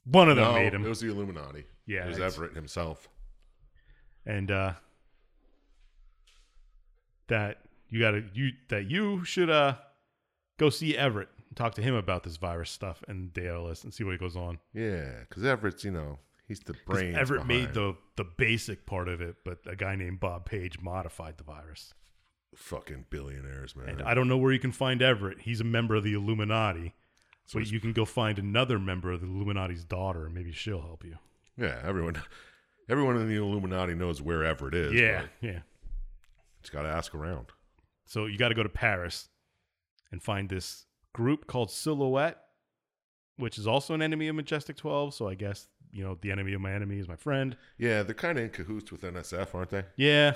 C: One of them
B: No,
C: made him.
B: it was the Illuminati.
C: Yeah,
B: it was
C: it's-
B: Everett himself.
C: and uh that you gotta you that you should uh go see Everett and talk to him about this virus stuff and Daedalus and see what goes on.
B: Yeah, because Everett's, you know, he's the
C: 'Cause
B: brain.
C: Everett made the the basic part of it, but a guy named Bob Page modified the virus.
B: fucking billionaires, man.
C: And I don't know where you can find Everett. He's a member of the Illuminati. So you can go find another member of the Illuminati's daughter, and maybe she'll help you.
B: yeah, everyone, everyone in the Illuminati knows where Everett is.
C: yeah,
B: but
C: yeah.
B: just got to ask around.
C: So you got to go to Paris and find this group called Silhouette, which is also an enemy of Majestic 12. So I guess, you know, the enemy of my enemy is my friend.
B: Yeah, they're kind of in cahoots with NSF, aren't they?
C: Yeah,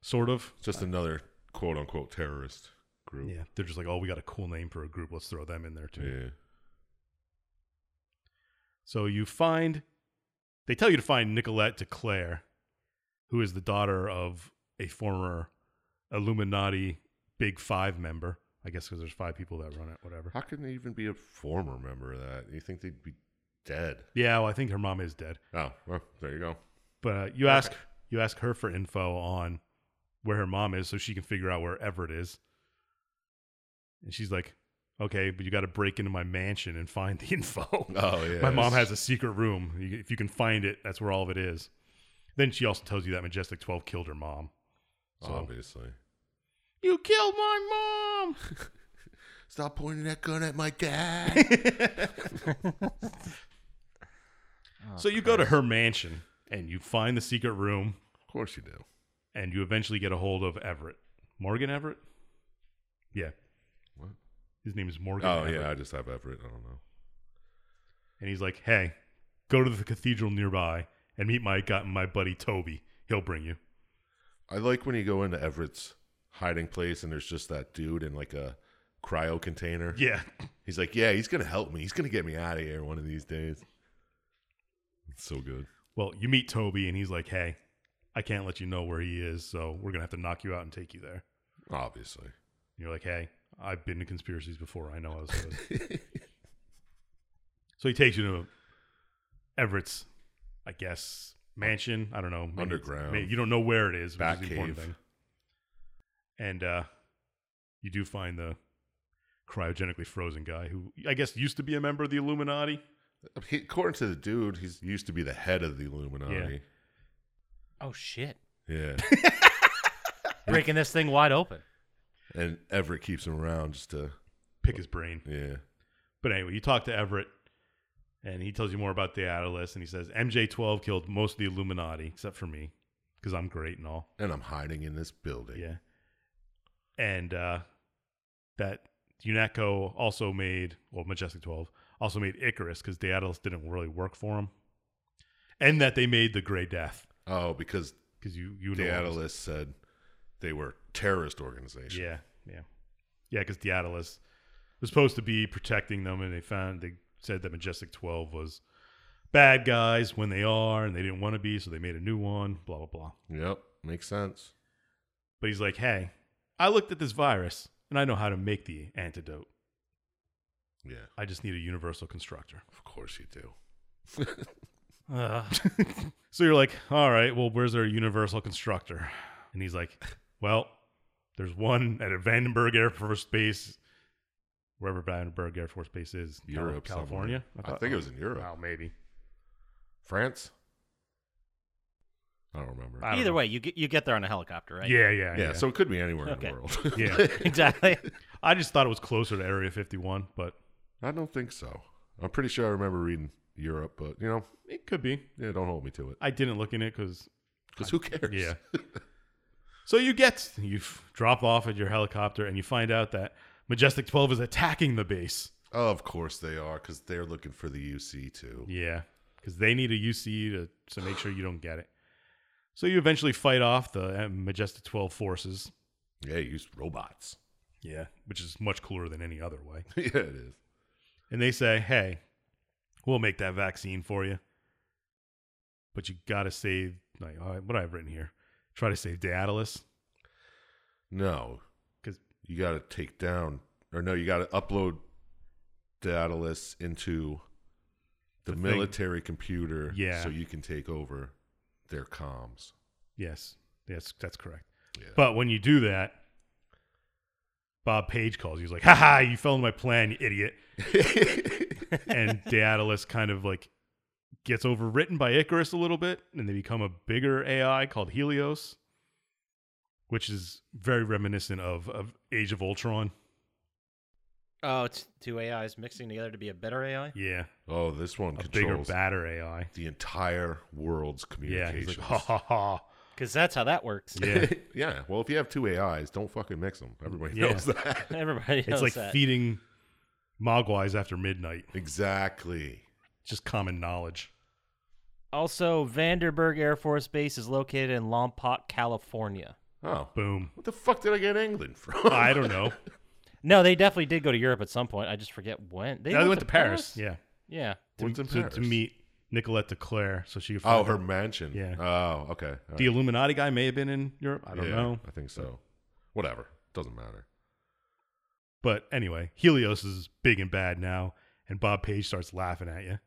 C: sort of.
B: It's just another quote unquote terrorist group.
C: Yeah, they're just like, oh, we got a cool name for a group. Let's throw them in there too.
B: Yeah.
C: So you find, they tell you to find Nicolette de Clare, who is the daughter of a former Illuminati Big Five member. I guess because there's five people that run it, whatever.
B: How can they even be a former member of that? You think they'd be dead?
C: Yeah, well, I think her mom is dead.
B: Oh, well, there you go.
C: But uh, you ask you ask her for info on where her mom is, so she can figure out where Everett is. And she's like, "Okay, but you got to break into my mansion and find the info.
B: Oh, yeah.
C: my mom has a secret room. You- If you can find it, that's where all of it is." Then she also tells you that Majestic Twelve killed her mom. So-
B: Obviously.
C: You killed my mom.
B: Stop pointing that gun at my dad. Oh,
C: so you go to her mansion and you find the secret room,
B: of course you do.
C: and you eventually get a hold of Everett, Morgan Everett. Yeah,
B: What?
C: his name is Morgan.
B: Oh,
C: Everett.
B: yeah. I just have Everett. I don't know.
C: and he's like, "Hey, go to the cathedral nearby and meet my got my buddy Toby. He'll bring you."
B: I like when you go into Everett's hiding place and there's just that dude in like a cryo container.
C: Yeah,
B: He's like, yeah, he's going to help me. He's going to get me out of here one of these days. It's so good.
C: Well, you meet Toby, and he's like, "Hey, I can't let you know where he is, so we're gonna have to knock you out and take you there."
B: Obviously.
C: And you're like, "Hey, I've been to conspiracies before. I know how this goes." so he takes you to Everett's, I guess, mansion. I don't know, maybe-
B: Underground.
C: maybe- you don't know where it is. Which
B: Bat
C: is the important
B: cave.
C: thing. And uh, you do find the cryogenically frozen guy who I guess used to be a member of the Illuminati.
B: He, according to the dude, he's used to be the head of the Illuminati.
D: Oh shit!
B: Yeah.
D: Breaking this thing wide open.
B: and Everett keeps him around just to,
C: Pick his brain.
B: yeah.
C: But anyway, you talk to Everett, and he tells you more about the Atlas, and he says MJ12 killed most of the Illuminati except for me, because I'm great and all.
B: And I'm hiding in this building.
C: Yeah. And uh, that UNATCO also made, well, Majestic 12 also made Icarus because the Atlas didn't really work for him, and that they made the Gray Death
B: Oh, because
C: because you you know
B: the Atlas said they were terrorist organization.
C: Yeah, yeah, yeah. Because Diabolus was supposed to be protecting them, and they found they said that Majestic Twelve was bad guys when they are, and they didn't want to be, so they made a new one. Blah blah blah.
B: Yep. Makes sense.
C: But he's like, hey, I looked at this virus, and I know how to make the antidote.
B: Yeah.
C: I just need a universal constructor.
B: Of course you do.
D: Ugh.
C: So you're like, all right, well, where's our universal constructor? And he's like, well, there's one at Vandenberg Air Force Base, wherever Vandenberg Air Force Base is, Cal-
B: Europe, somewhere.
C: California. oh.
B: I think it was in Europe.
C: Wow, maybe.
B: France? I don't remember.
C: I don't
D: Either
C: know.
D: way, you get you get there on a helicopter, right?
C: Yeah, yeah,
B: yeah, so it could be anywhere
D: Okay.
B: in the world.
C: yeah.
D: exactly.
C: I just thought it was closer to Area 51, but
B: I don't think so. I'm pretty sure I remember reading Europe, but you know,
C: it could be.
B: yeah, don't hold me to it.
C: I didn't look in it because
B: Because who cares?
C: yeah. so you get you f- drop off at your helicopter and you find out that Majestic 12 is attacking the base.
B: Of course they are, because they're looking for the UC too.
C: Yeah, because they need a UC to to make sure you don't get it. So you eventually fight off the uh, Majestic 12 forces.
B: Yeah, use robots.
C: Yeah, which is much cooler than any other way.
B: yeah, it is.
C: and they say, "Hey, we'll make that vaccine for you, but you gotta save like all right, what I've written here. Try to save Daedalus
B: No,
C: because
B: you got to take down, or no, you got to upload Daedalus into the,
C: The thing.
B: military computer
C: Yeah.
B: so you can take over their comms.
C: Yes, yes, that's correct.
B: Yeah.
C: But when you do that, Bob Page calls you. He's like, "Ha ha! You fell into my plan, you idiot!" and Daedalus kind of like gets overwritten by Icarus a little bit, and they become a bigger AI called Helios, which is very reminiscent of, of Age of Ultron.
D: Oh, it's two AIs mixing together to be a better AI.
C: Yeah,
B: oh, this one
C: a bigger,
B: controls
C: badder AI.
B: the entire world's
C: Yeah, he's
B: communications.
C: like, "Ha ha ha!"
D: Because that's how that works.
C: Yeah,
B: Yeah, Well, if you have two AIs, don't fucking mix them. Everybody
C: Yeah.
B: knows that.
D: Everybody
C: it's
D: knows
C: like
D: that.
C: feeding mogwais after midnight.
B: exactly.
C: Just common knowledge.
D: Also, Vandenberg Air Force Base is located in Lompoc, California.
B: Oh,
C: Boom.
B: what the fuck did I get England from?
C: I don't know.
D: No, they definitely did go to Europe at some point. I just forget when.
C: They went to Paris. Yeah.
D: Yeah.
C: To,
B: What's in
C: to- to
B: Paris?
C: meet Nicolette de Claire. So she could
B: Oh,
C: find
B: her mansion.
C: Yeah.
B: Oh, okay. All right.
C: The Illuminati guy may have been in Europe. I don't
B: Yeah,
C: know.
B: I think so. Whatever. Doesn't matter.
C: But anyway, Helios is big and bad now. And Bob Page starts laughing at you. And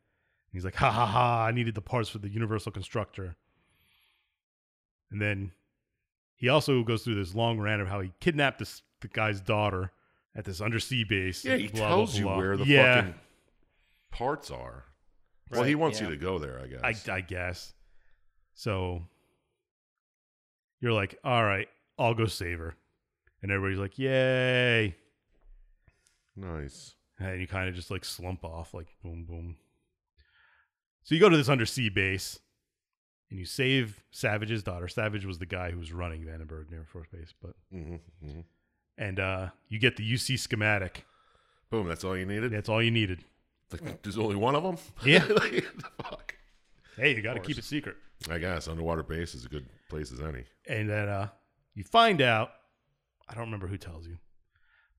C: he's like, ha ha ha, I needed the parts for the Universal Constructor. And then he also goes through this long rant of how he kidnapped this, the guy's daughter at this undersea base.
B: Yeah,
C: and
B: he
C: blah, blah,
B: tells
C: blah.
B: you where the
C: Yeah,
B: fucking parts are. well, he
D: Right,
B: wants
D: yeah.
B: you to go there, I guess.
C: I, I guess. So you're like, all right, I'll go save her. And everybody's like, yay.
B: nice.
C: And you kind of just like slump off, like boom, boom. So you go to this undersea base and you save Savage's daughter. Savage was the guy who was running Vandenberg Air Force Base, but
B: hmm hmm
C: and uh, you get the UC schematic.
B: Boom. That's all you needed.
C: That's all you needed.
B: Like, there's only one of them.
C: Yeah.
B: like, the fuck.
C: Hey, you got to
B: course.
C: keep it secret.
B: I guess underwater base is a good place as any.
C: and then uh, you find out i don't remember who tells you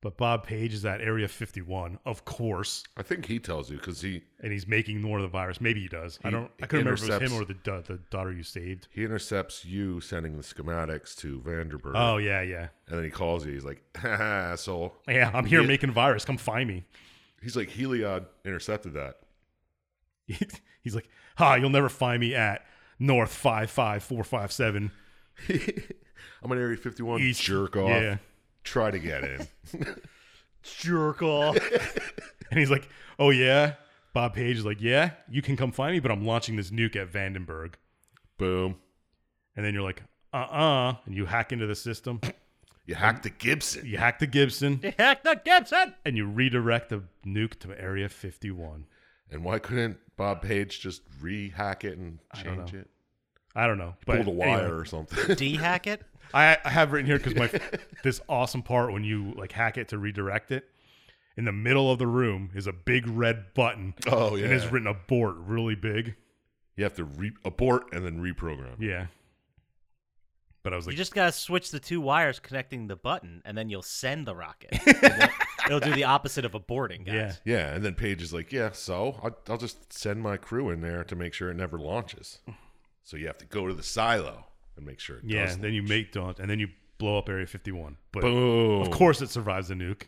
C: but bob page is at area 51 of course
B: I think he tells you because he
C: and he's making more of the virus maybe he does i
B: He-
C: don't
B: he
C: i couldn't remember if it was him
B: intercepts-
C: or the, da- the daughter you saved
B: he intercepts you sending the schematics to Vanderburg.
C: oh yeah yeah
B: And then he calls you. He's like, "Ha, ha, asshole.
C: yeah i'm here
B: Yeah.
C: making virus come find me
B: He's like, Heliod intercepted that.
C: he's like ha you'll never find me at north 55457
B: I'm an Area 51
C: East-
B: jerk off.
C: yeah
B: Try to get in.
D: Jerk off.
C: and he's like oh yeah bob page is like yeah you can come find me but i'm launching this nuke at vandenberg
B: Boom.
C: and then you're like uh-uh and you hack into the system
B: You hacked the Gibson.
C: you hack the gibson
D: Hack the Gibson.
C: and you redirect the nuke to Area 51.
B: And why couldn't Bob Page just re-hack it and
C: don't
B: change
C: know.
B: it?
C: I don't know.
B: Pull
C: But
B: the wire
C: anyway,
B: or something.
D: D hack it.
C: I, I have written here because my this awesome part when you like hack it to redirect it. In the middle of the room is a big red button,
B: oh,
C: and it's written abort really big.
B: You have to re- abort and then reprogram.
C: Yeah. But I was
D: You
C: like,
D: just gotta switch the two wires connecting the button, and then you'll send the rocket. And then It'll do the opposite of aborting, guys.
C: yeah,
B: Yeah, and then Page is like, yeah, so I'll, I'll just send my crew in there to make sure it never launches. So you have to go to the silo and make sure it
C: yeah.
B: does
C: Then you
B: launch.
C: make don't, and then you blow up Area 51. But
B: Boom.
C: of course, it survives the nuke.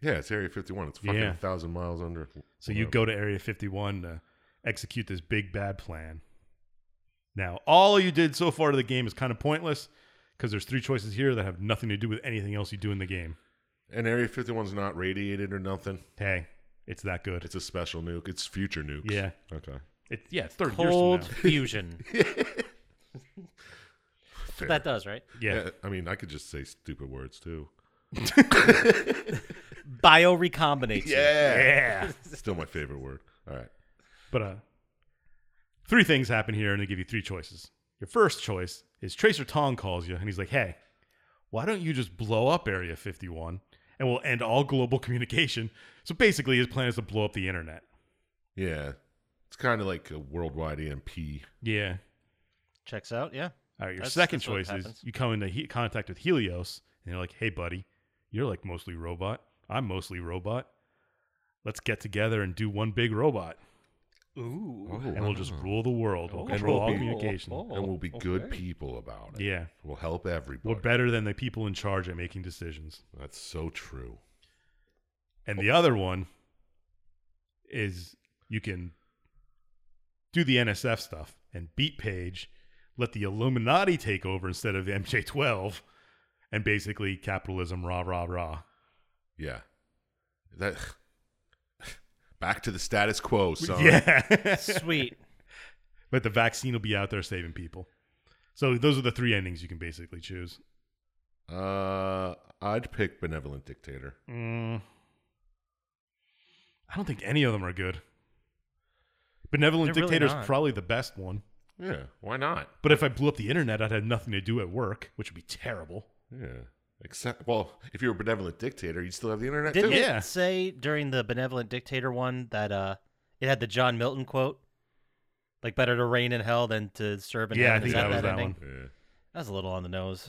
B: Yeah, it's Area 51. It's fucking
C: Yeah.
B: a thousand miles under.
C: So you go to Area 51 to execute this big bad plan. Now, all you did so far to the game is kind of pointless because there's three choices here that have nothing to do with anything else you do in the game.
B: And Area 51's not radiated or nothing.
C: Hey, it's that good.
B: It's a special nuke. It's future nukes.
C: yeah.
B: Okay.
C: It, yeah, it's 30
D: Cold
C: years from
D: fusion. That's
B: Fair.
D: what that does, right?
C: now. Yeah.
B: Yeah, I mean, I could just say stupid words too.
D: Bio recombinates. you.
C: Yeah.
B: Still my favorite word. All right.
C: But uh, three things happen here, and they give you three choices. Your first choice is Tracer Tong calls you, and he's like, "Hey, why don't you just blow up Area 51, and we'll end all global communication?" So basically, his plan is to blow up the internet.
B: Yeah. It's kind of like a worldwide E EMP.
C: Yeah.
D: Checks out. Yeah.
C: All right. Your
D: That's-
C: second
D: that's what
C: choice is
D: happens.
C: you come into he- contact with Helios, and you're like, "Hey, buddy, you're like mostly robot. I'm mostly robot. Let's get together and do one big robot."
D: Ooh.
C: and we'll just rule the world. We'll
B: Oh.
C: Oh, control all
B: Oh.
C: communication.
B: and we'll
D: Oh,
B: be good
A: okay.
B: people about it.
C: Yeah.
B: We'll help everybody.
C: We're better than the people in charge at making decisions.
B: That's so true.
C: And
D: Oh.
C: the other one is you can do the NSF stuff and beat Page, let the Illuminati take over instead of MJ12, and basically capitalism, rah, rah, rah.
B: Yeah. That back to the status quo, son.
C: Yeah.
D: Sweet.
C: but the vaccine will be out there saving people. So those are the three endings you can basically choose.
B: Uh I'd pick benevolent dictator.
C: Mm. I don't think any of them are good. Benevolent
D: They're really
C: Dictator's
D: not.
C: probably the best one.
B: Yeah, why not?
C: But if I blew up the internet, I'd have nothing to do at work, which would be terrible.
B: Yeah. Except well, if you're a benevolent dictator, you'd still have the internet
D: Didn't
B: too.
C: Yeah.
D: it say during the benevolent dictator one that uh it had the John Milton quote? Like better to reign in hell than to serve in
C: Yeah, I
D: heaven.
C: think
D: Is that,
C: that was that
D: ending?
C: one.
B: Yeah.
D: That was a little on the nose.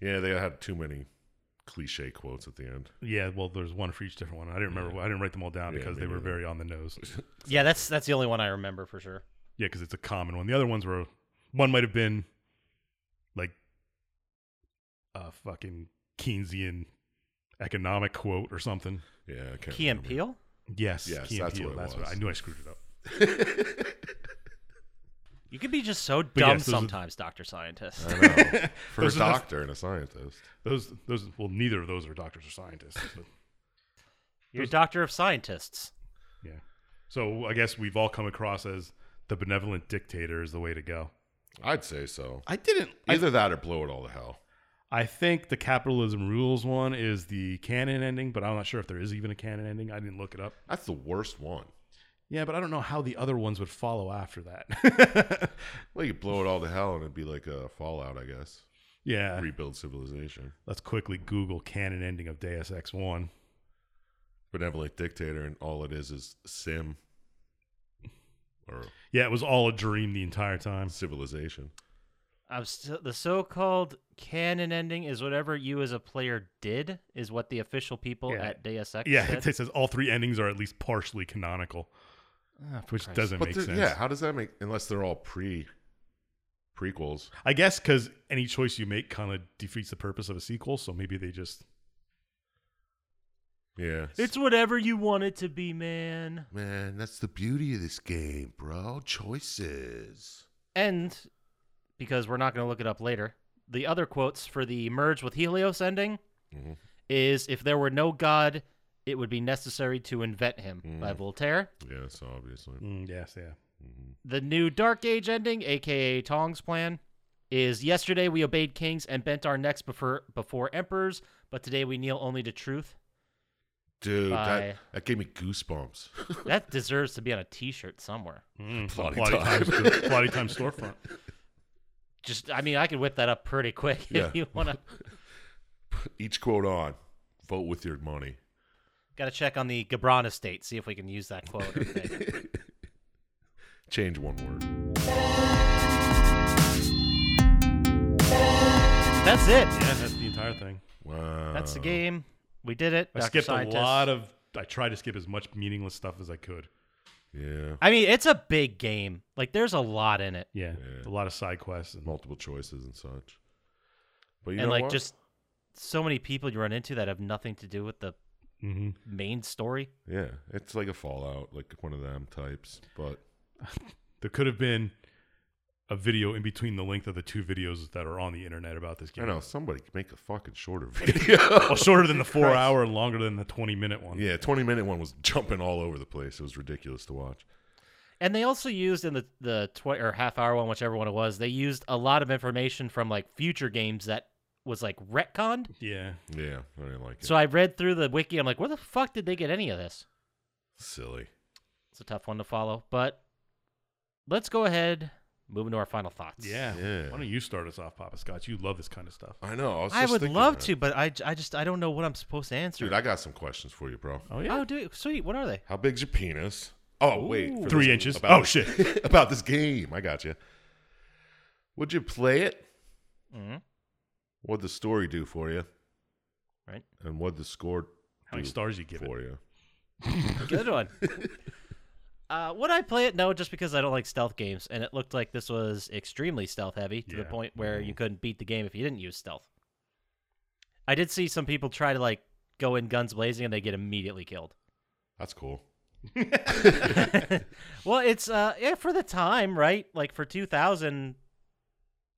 B: Yeah, they had too many cliche quotes at the end.
C: Yeah, well, there's one for each different one. I didn't remember. I didn't write them all down
B: Yeah,
C: because
B: me
C: they were
B: neither.
C: very on the nose.
D: Yeah, that's that's the only one I remember for sure.
C: yeah, because it's a common one. The other ones were one might have been like a fucking Keynesian economic quote or something.
B: Yeah, I can't
D: Key and
B: remember.
D: Peele?
C: Yes,
B: Yes,
C: Key and
B: that's
C: Peele.
B: what it
C: that's
B: was.
C: what I knew. I screwed it up.
D: You could be just so dumb
C: yes, those are- Uh,
D: sometimes, Doctor Scientist.
B: I know. For
C: Those
B: a
C: are the-
B: doctor and a scientist.
C: Those, those. Well, neither of those are doctors or scientists. But
D: You're a doctor of scientists.
C: yeah. So I guess we've all come across as the benevolent dictator is the way to go.
B: I'd say so.
C: I didn't.
B: Either that or blow it all to hell.
C: I think the capitalism rules one is the canon ending, but I'm not sure if there is even a canon ending. I didn't look it up.
B: That's the worst one.
C: Yeah, but I don't know how the other ones would follow after that.
B: Well, you blow it all to hell and it'd be like a Fallout, I guess.
C: yeah.
B: Rebuild civilization.
C: Let's quickly Google canon ending of Deus Ex 1.
B: Benevolent dictator, and all it is is sim or
C: Yeah, it was all a dream the entire time.
B: civilization.
D: I'm st- the so-called canon ending is whatever you as a player did is what the official people
C: Yeah.
D: at Deus Ex
C: Yeah,
D: said.
C: it says all three endings are at least partially canonical, which doesn't
B: Ah, but
C: make
B: there-
C: sense.
B: yeah, how does that make unless they're all pre prequels?
C: I guess because any choice you make kind of defeats the purpose of a sequel, so maybe they just.
B: Yeah.
D: It's whatever you want it to be, man.
B: man, that's the beauty of this game, bro. Choices.
D: And because we're not going to look it up later, the other quotes for the merge with Helios ending
B: Mhm.
D: is if there were no god, it would be necessary to invent him by
B: Mm.
D: Voltaire.
B: Yes, obviously.
C: Mm, yes, yeah.
D: The new Dark Age ending, aka Tong's plan, is yesterday we obeyed kings and bent our necks before before emperors, but today we kneel only to truth.
B: Dude, that,
D: Bye.
B: that gave me goosebumps.
D: That deserves to be on a T-shirt somewhere.
C: Mm,
B: Plotty
C: Plotty
B: time.
C: Times- Plotty Time storefront.
D: Just, I mean, I could whip that up pretty quick if
B: Yeah.
D: you want to.
B: Each quote on. Vote with your money.
D: Got to check on the Gabron estate, see if we can use that quote. Okay.
B: Change one word.
D: That's it.
C: Yeah, that's the entire thing.
B: Wow.
D: That's the game. We did it.
C: Oh. I
D: Dr.
C: skipped
D: Scientist.
C: a lot of. I tried to skip as much meaningless stuff as I could.
B: Yeah.
D: I mean, it's a big game. Like, there's a lot in it,
C: Yeah,
B: Yeah.
C: a lot of side quests and
B: Multiple choices and such. But you
D: and
B: know
D: like
B: what?
D: just so many people you run into that have nothing to do with the
C: hmm
D: main story.
B: yeah, it's like a Fallout, like one of them types. But
C: there could have been a video in between the length of the two videos that are on the internet about this game.
B: I know somebody could make a fucking shorter video.
C: Well, shorter than the four hour and longer than the twenty minute one.
B: yeah, twenty minute one was jumping all over the place. It was ridiculous to watch.
D: And they also used in the the twi- or half hour one, whichever one it was, they used a lot of information from like future games that was like retconned.
C: Yeah.
B: Yeah, I didn't like it.
D: So I read through the wiki. I'm like, where the fuck did they get any of this?
B: Silly.
D: It's a tough one to follow, but let's go ahead move into our final thoughts.
C: yeah,
B: Yeah.
C: Why don't you start us off, Papa Scotch? You love this kind of stuff.
B: I know. I, was
D: I
B: just
D: would
B: thinking
D: love
B: that.
D: to, but I, j- I just I don't know what I'm supposed to answer.
B: dude. I got some questions for you, bro.
C: Oh
D: Oh, dude, sweet. What are they?
B: How big's your penis? Oh wait, for
C: Three
B: this-
C: inches.
B: about
C: Oh,
B: this-
C: shit.
B: about this game, I got you. Would you play it?
D: Mm-hmm.
B: What'd the story do for you?
D: Right.
B: And what'd the score
C: How many
B: do
C: stars you give it?
B: for you?
D: Good one. Uh, would I play it? No, just because I don't like stealth games, and it looked like this was extremely stealth heavy to the
C: Yeah.
D: point where
B: Mm-hmm.
D: you couldn't beat the game if you didn't use stealth. I did see some people try to like go in guns blazing and they get immediately killed.
B: That's cool.
D: well, it's uh yeah for the time, right? Like for 2000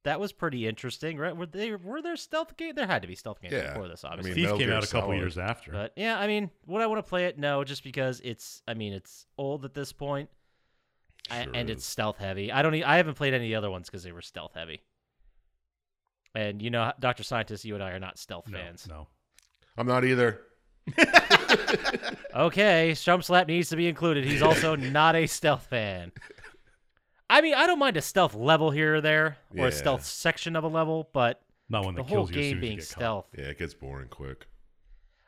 D: that was pretty interesting, right? Were they were there stealth game? There had to be stealth games
B: Yeah.
D: before this,
B: I
D: obviously.
B: mean,
C: Thief
B: Metal
C: came
B: Gear
C: out a couple
B: Solid.
C: years after.
D: But yeah, I mean, would I want to play it? No, just because it's I mean, it's old at this point. I-
B: Sure
D: and
B: is.
D: it's stealth heavy. I don't. E- I haven't played any of the other ones because they were stealth heavy. And you know, Doctor Scientist, you and I are not stealth
C: no,
D: fans.
C: no.
B: I'm not either.
D: Okay, Shum Slap needs to be included. He's also not a stealth fan. I mean, I don't mind a stealth level here or there, or
B: Yeah.
D: a stealth section of a level, but
C: Not one
D: the
C: that
D: whole
C: kills you as soon
D: game
C: as you
D: being
C: get caught.
D: stealth.
B: Yeah, it gets boring quick.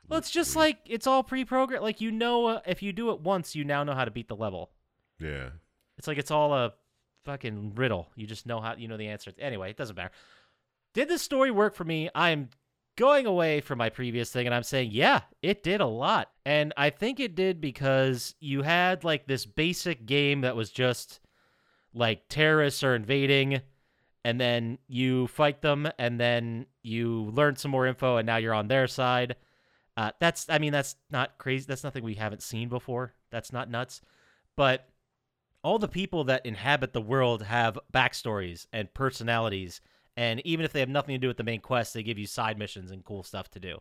D: Well, it's just like it's all pre-programmed. Like you know, uh, if you do it once, you now know how to beat the level.
B: Yeah.
D: It's like it's all a fucking riddle. You just know how you know the answer. Anyway, it doesn't matter. Did this story work for me? I'm going away from my previous thing and I'm saying, yeah, it did a lot. And I think it did because you had like this basic game that was just like terrorists are invading and then you fight them and then you learn some more info and now you're on their side. Uh, that's I mean that's not crazy. That's nothing we haven't seen before. That's not nuts. But all the people that inhabit the world have backstories and personalities and even if they have nothing to do with the main quest they give you side missions and cool stuff to do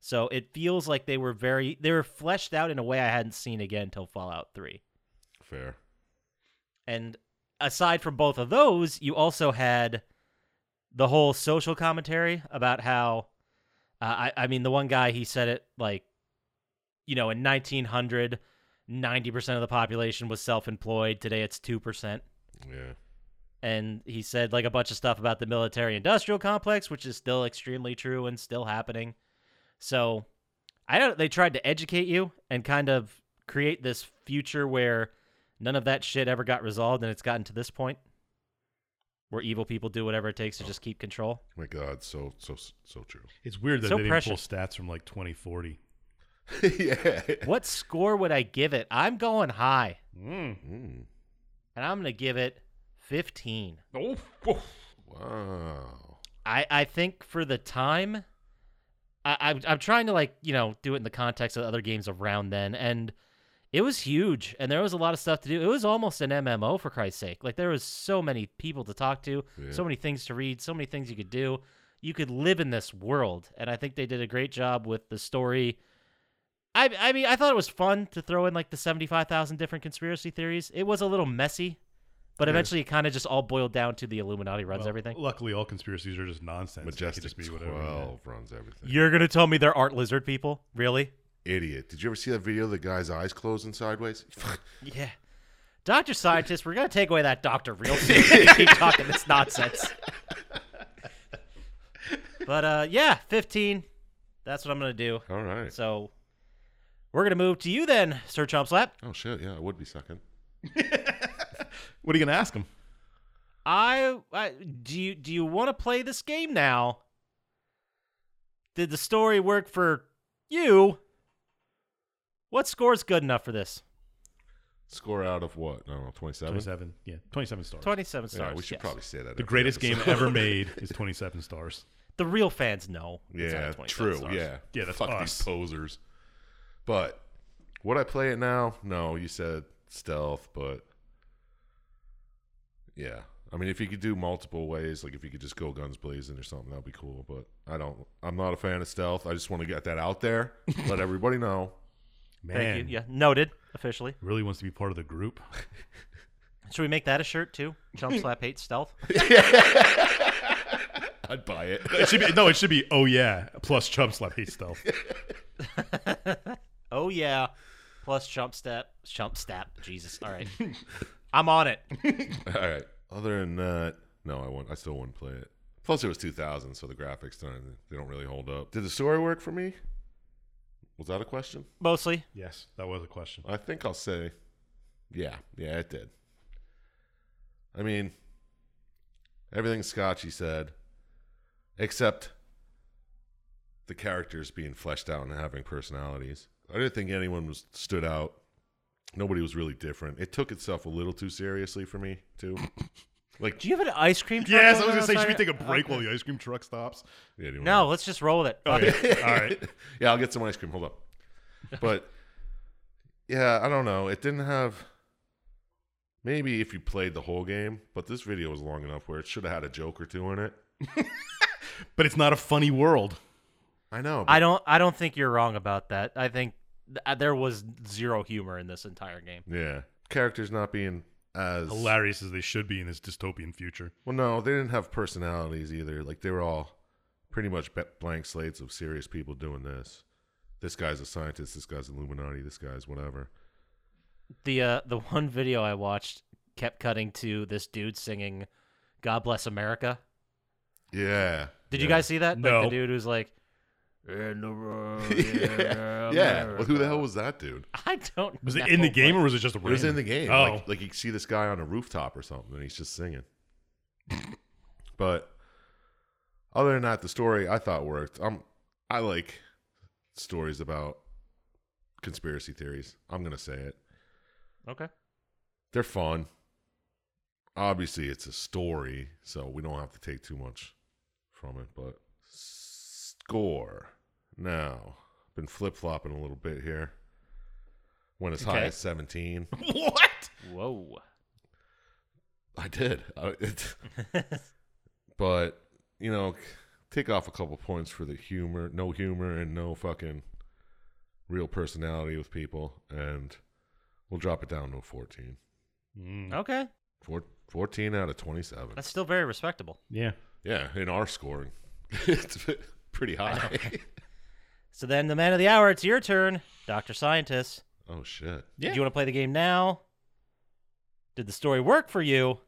D: so it feels like they were very they were fleshed out in a way i hadn't seen again until fallout 3
B: Fair.
D: and aside from both of those, you also had the whole social commentary about how, uh, I, I mean, the one guy, he said it like, you know, in 1900, 90% of the population was self employed. Today it's 2%.
B: Yeah.
D: And he said like a bunch of stuff about the military industrial complex, which is still extremely true and still happening. So I don't, they tried to educate you and kind of create this future where none of that shit ever got resolved and it's gotten to this point where evil people do whatever it takes to just keep control.
B: My God, so so so true.
C: It's weird that
D: So
C: they didn't pull
D: precious.
C: stats from like 2040.
B: yeah.
D: What score would I give it? I'm going high
C: Mm.
B: Mm.
D: and I'm going to give it 15.
C: Oh,
B: Wow.
D: I, I think for the time, I, I'm, I'm trying to like you know do it in the context of other games around then, and it was huge, and there was a lot of stuff to do. It was almost an MMO for Christ's sake. Like there was so many people to talk to,
B: Yeah.
D: so many things to read, so many things you could do. You could live in this world, and I think they did a great job with the story. I, I mean, I thought it was fun to throw in like the 75,000 different conspiracy theories. It was a little messy, but
B: Yeah.
D: eventually it kind of just all boiled down to the Illuminati runs everything.
C: Luckily, all conspiracies are just nonsense. It could
B: Majestic
C: just be whatever.
B: Twelve runs everything.
D: You're gonna tell me there aren't lizard people? Really?
B: Idiot. Did you ever see that video of the guy's eyes closing sideways?
D: Yeah. Doctor Scientist, we're gonna take away that doctor real soon. if you keep talking this nonsense. But uh, yeah, fifteen. That's what I'm gonna do.
B: All right.
D: So we're gonna move to you then, Sir Chompslap.
B: Oh shit. Yeah, I would be sucking.
C: What are you going to ask them?
D: I, I do you do you want to play this game now? Did the story work for you? What score's good enough for this?
B: Score out of what? I don't know. Twenty-seven.
C: 27. Yeah, 27 stars.
D: Twenty-seven stars.
B: Yeah, we should
D: yes.
B: probably say that.
C: The
B: every
C: greatest
B: episode.
C: game ever made is 27 stars.
D: The real fans know. it's not
B: Yeah,
D: 27
B: true.
D: stars.
B: Yeah,
C: Yeah, that's
B: Fuck
C: us.
B: these posers. But would I play it now? No, you said stealth, but yeah. I mean, if you could do multiple ways, like if you could just go guns blazing or something, that'd be cool. But I don't. I'm not a fan of stealth. I just want to get that out there, let everybody know.
C: Man,
D: Thank you. Yeah, noted officially.
C: really wants to be part of the group.
D: Should we make that a shirt too? Jump slap hate stealth.
B: I'd buy it.
C: It should be, no, it should be, oh yeah, plus Chump Slap Hate Stealth.
D: Oh yeah. Plus jump step, jump step. Jesus. All right. I'm on it.
B: All right. Other than that, no, I want. I still wouldn't play it. Plus, it was 2000, so the graphics don't, they don't really hold up. Did the story work for me? Was that a question?
D: Mostly.
C: Yes, that was a question.
B: I think I'll say, yeah, yeah, it did. I mean, everything Scotchy said, except the characters being fleshed out and having personalities. I didn't think anyone was stood out. nobody was really different. It took itself a little too seriously for me too. like,
D: Do you have an ice cream? Truck
C: Yes, I
D: going
C: was gonna
D: on
C: say, should we
D: outside?
C: take a break
D: Okay.
C: while the ice cream truck stops?
B: yeah, do you wanna-
D: No, let's just roll with it. Fuck it.
C: Okay. All right.
B: yeah, I'll get some ice cream. Hold up. But yeah, I don't know. It didn't have maybe if you played the whole game, but this video was long enough where it should have had a joke or two in it.
C: But it's not a funny world.
B: I know. But
D: I don't. I don't think you're wrong about that. I think th- uh, there was zero humor in this entire game.
B: yeah. Characters not being as
C: Hilarious as they should be in this dystopian future.
B: Well, no, they didn't have personalities either. Like they were all pretty much ba- blank slates of serious people doing this. This guy's a scientist, this guy's Illuminati, this guy's whatever.
D: The uh, the one video I watched kept cutting to this dude singing "God Bless America."
B: Yeah.
D: Did you
B: Yeah.
D: guys see that? Like
C: No.
D: the dude who's like, "In the road,
B: yeah. yeah. Well, who the hell was that dude?
D: I don't.
C: Was
D: know,
C: it in the game
D: but-
C: or was it just a
B: It was
C: random-
B: in the game.
C: Oh,
B: Like, like you see this guy on a rooftop or something, and he's just singing. but other than that, the story I thought worked. Um, I like stories about conspiracy theories. I'm gonna say it.
D: Okay.
B: They're fun. Obviously, it's a story, so we don't have to take too much from it. But score now. Been flip flopping a little bit here. Went as high
D: Okay.
B: as 17.
C: what?
D: Whoa.
B: I did. I, it, but, you know, take off a couple points for the humor, no humor and no fucking real personality with people. And we'll drop it down to a 14.
D: Oh.
C: Mm,
D: okay.
B: Four, 14 out of 27.
D: That's still very respectable.
C: Yeah.
B: yeah, in our scoring, it's pretty high.
D: So then, the man of the hour. It's your turn, Doctor Scientist.
B: oh, shit.
D: Did you want to play the game now? Did the story work for you?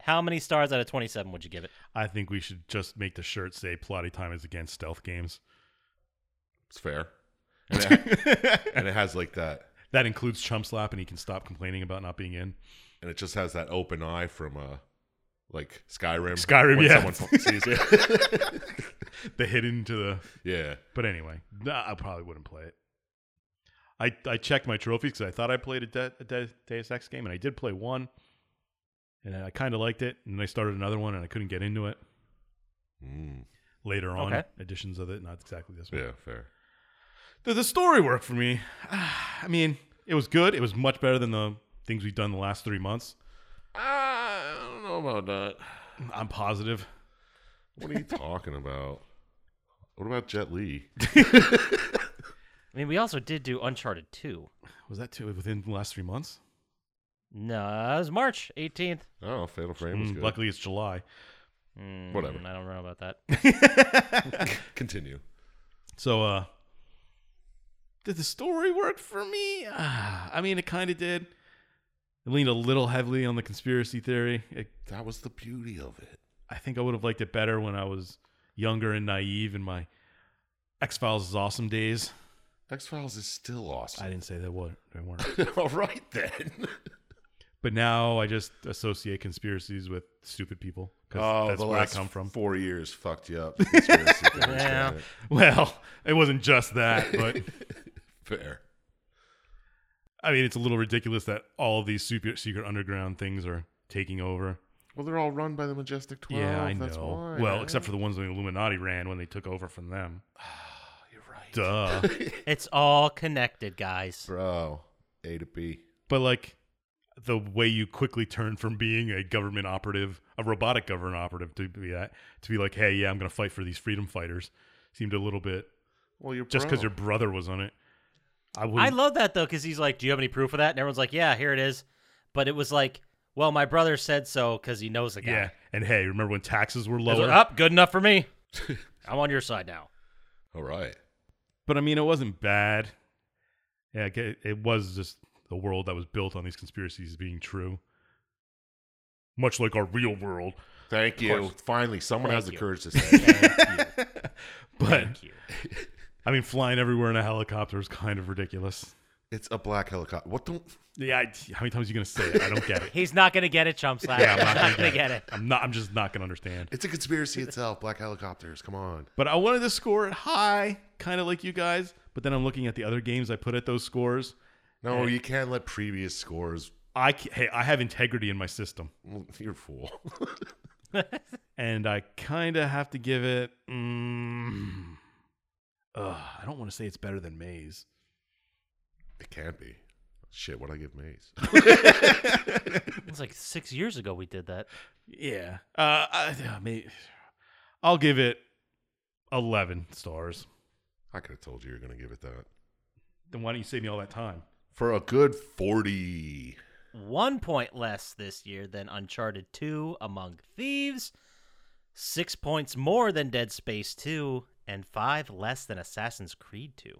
D: How many stars out of 27 would you give it?
C: I think we should just make the shirt say Plotty Time is against stealth games.
B: It's fair. And it, and it has like that,
C: That includes Chump Slap, and he can stop complaining about not being in.
B: and it just has that open eye from, uh, like Skyrim.
C: Skyrim,
B: when
C: yeah.
B: Someone fu- sees it.
C: The hidden to the.
B: yeah.
C: But anyway, nah, I probably wouldn't play it. I, I checked my trophies because I thought I played a, De- a De- Deus Ex game, and I did play one, and I kind of liked it. And then I started another one, and I couldn't get into it.
B: Mm.
C: Later on,
D: Okay.
C: editions of it, not exactly this one.
B: Yeah, fair.
C: Did the story work for me? Ah, I mean, it was good. It was much better than the things we've done the last three months.
B: I don't know about that.
C: I'm positive.
B: What are you talking about? What about Jet Li?
D: I mean, we also did do Uncharted 2.
C: Was that too within the last three months?
D: No, it was March 18th.
B: Oh, Fatal Frame was
C: Mm,
B: good.
C: luckily, it's July.
D: Mm,
B: Whatever.
D: I don't know about that.
B: Continue.
C: So, uh, did the story work for me? Ah, I mean, it kind of did. It leaned a little heavily on the conspiracy theory. It,
B: That was the beauty of it.
C: I think I would have liked it better when I was younger and naive in my X Files is awesome days.
B: X Files is still
C: I
B: awesome.
C: didn't say that were They weren't.
B: All right then.
C: But now I just associate conspiracies with stupid people because that's where I come from.
B: Oh, Four years fucked you up. Conspiracy theories,
D: Yeah.
B: got it.
C: Well, it wasn't just that, but
B: fair.
C: I mean, it's a little ridiculous that all of these super secret underground things are taking over.
B: Well, they're all run by the Majestic Twelve.
C: yeah, I
B: that's
C: know.
B: Why,
C: well,
B: man.
C: except for the ones the Illuminati ran when they took over from them.
B: you're right,
C: Duh.
D: It's all connected, guys.
B: bro. A to B.
C: but like the way you quickly turn from being a government operative, a robotic government operative, to be that, to be like, hey, yeah, I'm going to fight for these freedom fighters, seemed a little bit
B: Well, you're
C: just because
B: bro.
C: your brother was on it. I would.
D: I love that, though, because he's like, Do you have any proof of that? And everyone's like, Yeah, here it is. But it was like, Well, my brother said so because he knows the guy.
C: Yeah, and hey, remember when taxes were
D: He's
C: lower?
D: like, Up, good enough for me. I'm on your side now.
B: All right.
C: But I mean, it wasn't bad. Yeah, it- it was just the world that was built on these conspiracies being true, much like our real world.
B: Thank you. Finally, someone
D: Thank
B: has the
D: you.
B: courage to say. it.
C: But
D: Thank you.
C: I mean, flying everywhere in a helicopter is kind of ridiculous.
B: It's a black helicopter. What don't?
C: Yeah, I, how many times are you gonna say it? I don't get it.
D: He's not going to get it, Chump Slap.
C: Yeah, I'm
D: He's
C: not
D: not
C: gonna
D: going to get it.
C: I'm not. I'm just not gonna understand.
B: It's a conspiracy itself. Black helicopters. Come on.
C: But I wanted to score it high, kind of like you guys. But then I'm looking at the other games I put at those scores,
B: No, you can't let previous scores.
C: I ca- hey, I have integrity in my system,
B: Well, You're a fool.
C: and I kind of have to give it. Mm, Ugh, I don't want to say it's better than Maze.
B: it can't be. Shit, what I give Maze?
D: It was like six years ago we did that.
C: Yeah, uh, I, yeah, may- I'll give it eleven stars.
B: I could have told you you're going to give it that.
C: Then why don't you save me all that time?
B: For a good 40.
D: One point less this year than Uncharted 2 Among Thieves, six points more than Dead Space 2, and five less than Assassin's Creed 2.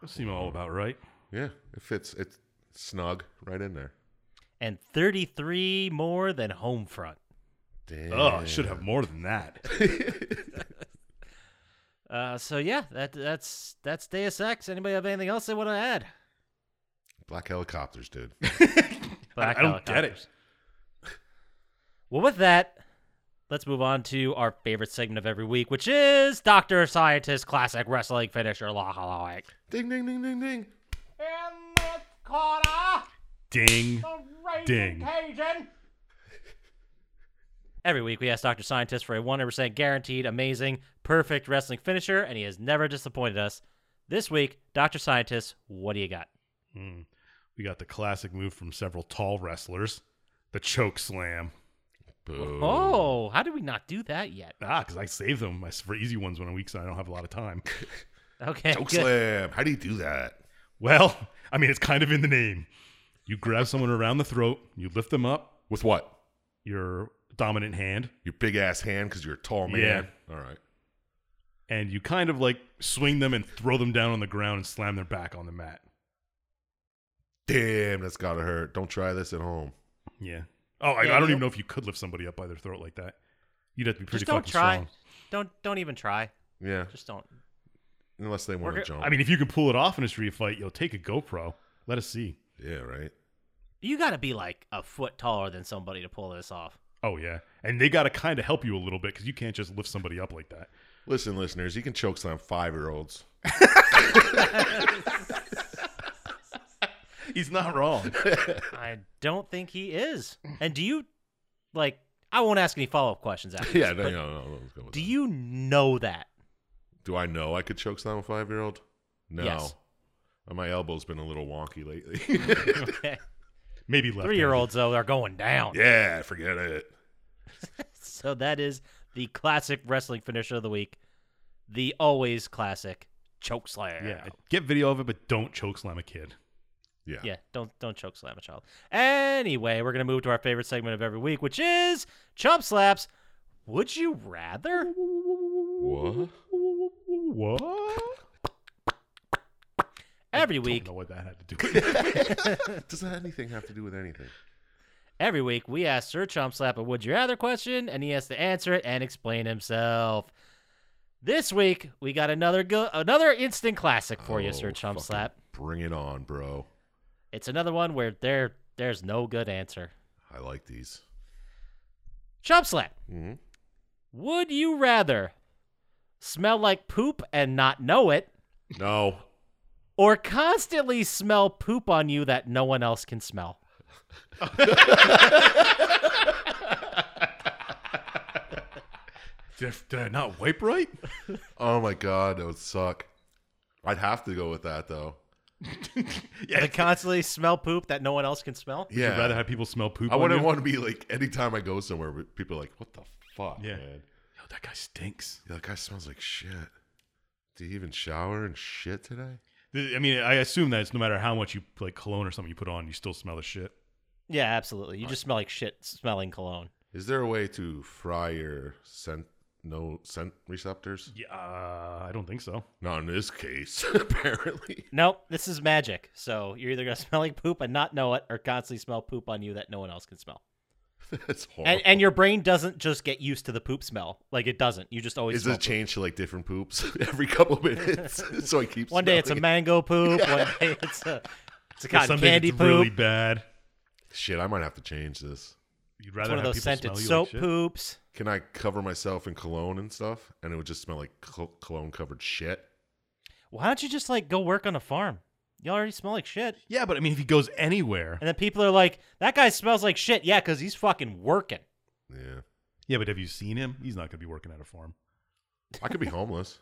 C: That seems all about right.
B: Yeah, it fits. It's snug right in there.
D: And 33 more than Homefront.
B: Damn.
C: Oh, I should have more than that.
D: Uh, so yeah, that that's that's Deus Ex. Anybody have anything else they want to add?
B: Black helicopters, dude.
D: Black
C: I don't get
D: helicopters.
C: it.
D: uh, Well, with that, let's move on to our favorite segment of every week, which is Doctor Scientist Classic Wrestling Finisher La Halawick.
B: ding, ding, ding, ding, ding.
D: In the corner,
C: Ding. Ding.
D: Cajun. Every week, we ask Doctor Scientist for a 100% guaranteed, amazing, perfect wrestling finisher, and he has never disappointed us. This week, Doctor Scientist, what do you got?
C: Mm. We got the classic move from several tall wrestlers, the choke slam.
B: Boom.
D: Oh, how did we not do that yet?
C: Ah, because I save them my- for easy ones when I'm weak, so I don't have a lot of time.
D: Okay,
B: Choke
D: good.
B: slam. How do you do that?
C: well, I mean, it's kind of in the name. You grab someone around the throat, you lift them up,
B: With what?
C: your dominant hand,
B: Your big ass hand because you're a tall man. All right.
C: and you kind of like swing them and throw them down on the ground and slam their back on the mat.
B: Damn, that's got to hurt. Don't try this at home.
C: Yeah. Oh, I,
D: Yeah,
C: I don't
D: you-
C: even know if you could lift somebody up by their throat like that. You'd have to be pretty
D: Just don't
C: fucking
D: try.
C: strong.
D: Don't don't even try.
B: Yeah,
D: Just don't.
B: unless they want to
D: Work it-
B: jump.
C: I mean, if you can pull it off in a street fight, yo, take a GoPro. Let us see.
B: yeah, right.
D: You got to be like a foot taller than somebody to pull this off.
C: Oh yeah, and they got to kind of help you a little bit because you can't just lift somebody up like that.
B: Listen, listeners, you can choke slam five year olds.
C: He's not wrong.
D: I don't think he is. And do you like? I won't ask any follow up questions after.
B: Yeah,
D: this,
B: no,
D: but
B: no, no, no, let's go with
D: Do
B: that.
D: you know that?
B: Do I know I could choke slam a five year old? No.
D: Yes.
B: My elbow's been a little wonky lately.
D: Okay.
C: Maybe left.
D: Three year olds though are going down.
B: yeah, forget it.
D: So that is the classic wrestling finisher of the week, the always classic choke slam.
C: Yeah, get video of it, but don't choke slam a kid.
B: Yeah.
D: Yeah, don't don't choke slam a child. Anyway, we're gonna move to our favorite segment of every week, which is Chump Slaps. Would you rather?
B: What?
C: What?
D: Every
C: Don't
D: week,
C: know what that had to do. with it.
B: Does that anything have to do with anything?
D: every week we ask Sir Chump Slap a would you rather question, and he has to answer it and explain himself. This week we got another go- another instant classic for you, Sir
B: Oh,
D: Chump
B: fucking
D: Slap.
B: Bring it on, bro.
D: It's another one where there there's no good answer.
B: I like these.
D: Chump Slap.
B: hmm
D: Would you rather smell like poop and not know it?
B: No.
D: or constantly smell poop on you that no one else can smell.
C: Did I, did I not wipe right?
B: Oh my god, that would suck. I'd have to go with that though.
C: Yeah.
D: To constantly smell poop that no one else can smell.
B: Yeah.
C: I'd rather have people smell poop.
B: I
C: on
B: wouldn't
C: you.
B: want to be like anytime I go somewhere, where people are like, "What the fuck,
C: Yeah.
B: man?
C: Yo, Oh, that guy stinks.
B: Yeah, that guy smells like shit. Did he even shower and shit today?
C: Th- I mean, I assume that it's no matter how much you like cologne or something you put on, you still smell the shit.
D: Yeah, absolutely. You just smell like shit smelling cologne.
B: Is there a way to fry your scent no scent receptors?
C: Yeah, uh, I don't think so.
B: Not in this case, apparently.
D: Nope, this is magic. So you're either gonna smell like poop and not know it, or constantly smell poop on you that no one else can smell.
B: That's horrible.
D: And and your brain doesn't just get used to the poop smell. Like it doesn't. You just always
B: Is
D: smell
B: it
D: poop.
B: changed to like different poops every couple minutes? so I keep.
D: One day it's a
B: smelling
D: mango poop. One day it's a it's a cotton
C: Some days
D: candy
C: it's
D: poop.
C: really bad.
B: it. Shit, I might have to change this.
C: You'd
D: it's
C: rather
D: one of
C: have
D: those
C: people smell you
D: scented
C: like
D: soap
C: shit?
D: poops.
B: Can I cover myself in cologne and stuff, and it would just smell like cologne covered shit?
D: Why don't you just like go work on a farm? You already smell like shit.
C: Yeah, but I mean, if he goes anywhere,
D: And then people are like, that guy smells like shit. Yeah, because he's fucking working.
C: Uh-huh.
B: Yeah.
C: yeah, but have you seen him? He's not going to be working at a farm.
B: I could be homeless.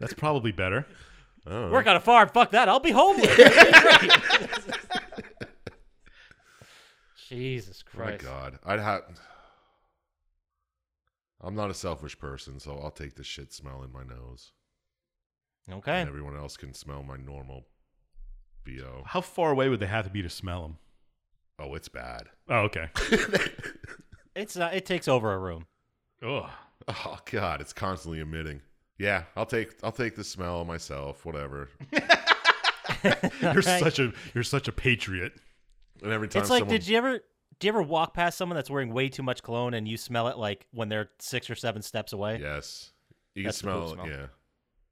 C: That's probably better.
B: I don't know.
D: Work on a farm. Fuck that. I'll be homeless. Great. Jesus
B: Oh my
D: Christ.
B: God. I'd have. I'm not a selfish person, so I'll take the shit smell in my nose.
D: Okay.
B: And everyone else can smell my normal BO.
C: How far away would they have to be to smell him?
B: Oh, it's bad.
C: Oh, okay.
D: It's not, it takes over a room.
C: Ugh.
B: Oh God, it's constantly emitting. Yeah, I'll take I'll take the smell myself, whatever.
C: You're such a you're such a patriot.
B: And every time
D: It's like,
B: someone,
D: did you ever do you ever walk past someone that's wearing way too much cologne and you smell it like when they're six or seven steps away?
B: yes, you can
D: That's the poop
B: smell,
D: smell.
B: it. Yeah,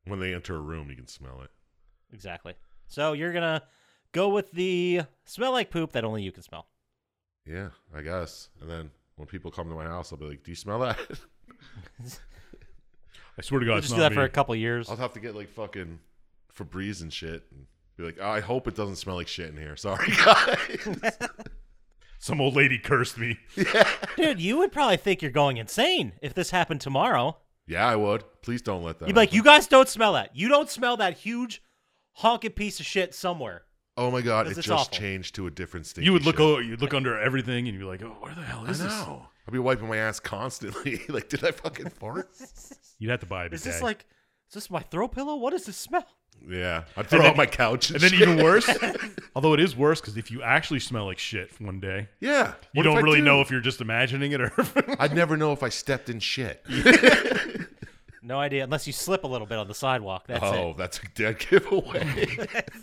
B: when they enter a room, you can smell it.
D: Exactly. So you're gonna go with the smell like poop that only you can smell.
B: Yeah, I guess. And then when people come to my house, I'll be like, "Do you smell that?"
C: I swear to God,
D: You
C: it's not
D: just do that
C: me.
D: for a couple years.
B: I'll have to get like fucking Febreze and shit, and be like, "I hope it doesn't smell like shit in here." Sorry, guys.
C: Some old lady cursed me.
D: Dude, you would probably think you're going insane if this happened tomorrow.
B: yeah, I would. Please don't let that.
D: You'd be like,
B: happen.
D: you guys don't smell that. You don't smell that huge honking piece of shit somewhere.
B: Oh my god,
D: 'Cause
B: it
D: it's
B: just
D: awful.
B: changed to a different state.
C: You would look over, you'd look under everything, and you'd be like, "Oh, where the hell
B: I
C: is this?"
B: know. I'll be wiping my ass constantly. like, did I fucking fart?
C: You'd have to buy it.
D: Is this like, is this my throw pillow? What is this smell?
B: Yeah, I'd throw out my couch.
C: And then
B: shit.
C: even worse, although it is worse because if you actually smell like shit one day,
B: yeah,
C: you
B: What if
C: don't
B: I
C: really
B: do?
C: know if you're just imagining it or.
B: I'd never know if I stepped in shit.
D: No idea, unless you slip a little bit on the sidewalk. That's
B: oh,
D: it.
B: that's a dead giveaway.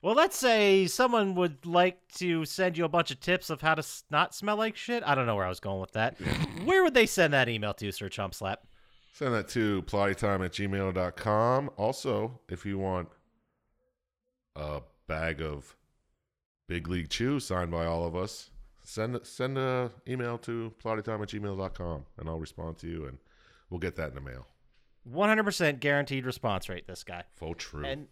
D: Well, let's say someone would like to send you a bunch of tips of how to s- not smell like shit. I don't know where I was going with that. where would they send that email to, Sir Chump Slap?
B: Send that to plottytime at gmail.com. Also, if you want a bag of Big League Chew signed by all of us, send send a email to plottytime at gmail.com and I'll respond to you and we'll get that in the mail.
D: 100% guaranteed response rate, this guy.
B: Faux true.
D: And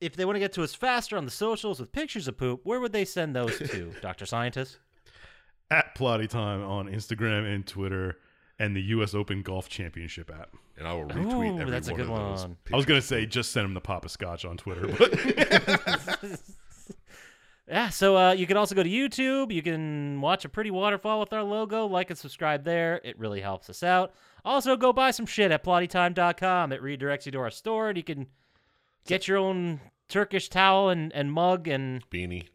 D: if they want to get to us faster on the socials with pictures of poop, where would they send those to, Dr. Scientist?
C: at Plotty Time on Instagram and Twitter and the U.S. Open Golf Championship app.
B: and I will retweet
D: Ooh,
B: every
D: that's a
B: one
D: good
B: of those.
D: one.
C: I was going to say just send him the Papa Scotch on Twitter, but
D: Yeah, so uh, you can also go to YouTube. You can watch a pretty waterfall with our logo. Like and subscribe there. It really helps us out. Also, go buy some shit at plottytime.com. It redirects you to our store, and you can get your own Turkish towel and, and mug and
B: Beanie.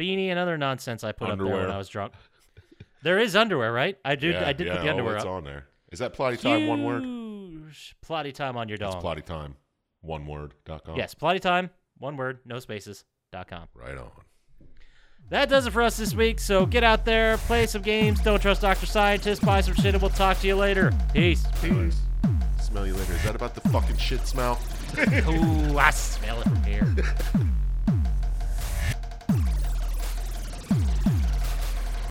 D: beanie and other nonsense I put up there
B: Underwear.
D: when I was drunk. There is underwear, right? I did.
B: yeah,
D: I did
B: yeah,
D: put the underwear
B: oh, it's
D: up.
B: on there. Is that plotty time one word?
D: Huge Plotty time on your
B: That's
D: dong.
B: plotty time one word dot com.
D: Yes, plotty time. One word, no spaces. Dot com.
B: Right on.
D: That does it for us this week. So get out there, play some games. Don't trust Dr. Scientist. Buy some shit, and we'll talk to you later. Peace.
B: Peace. Smell you later. Is that about the fucking shit smell?
D: Ooh, I smell it from here.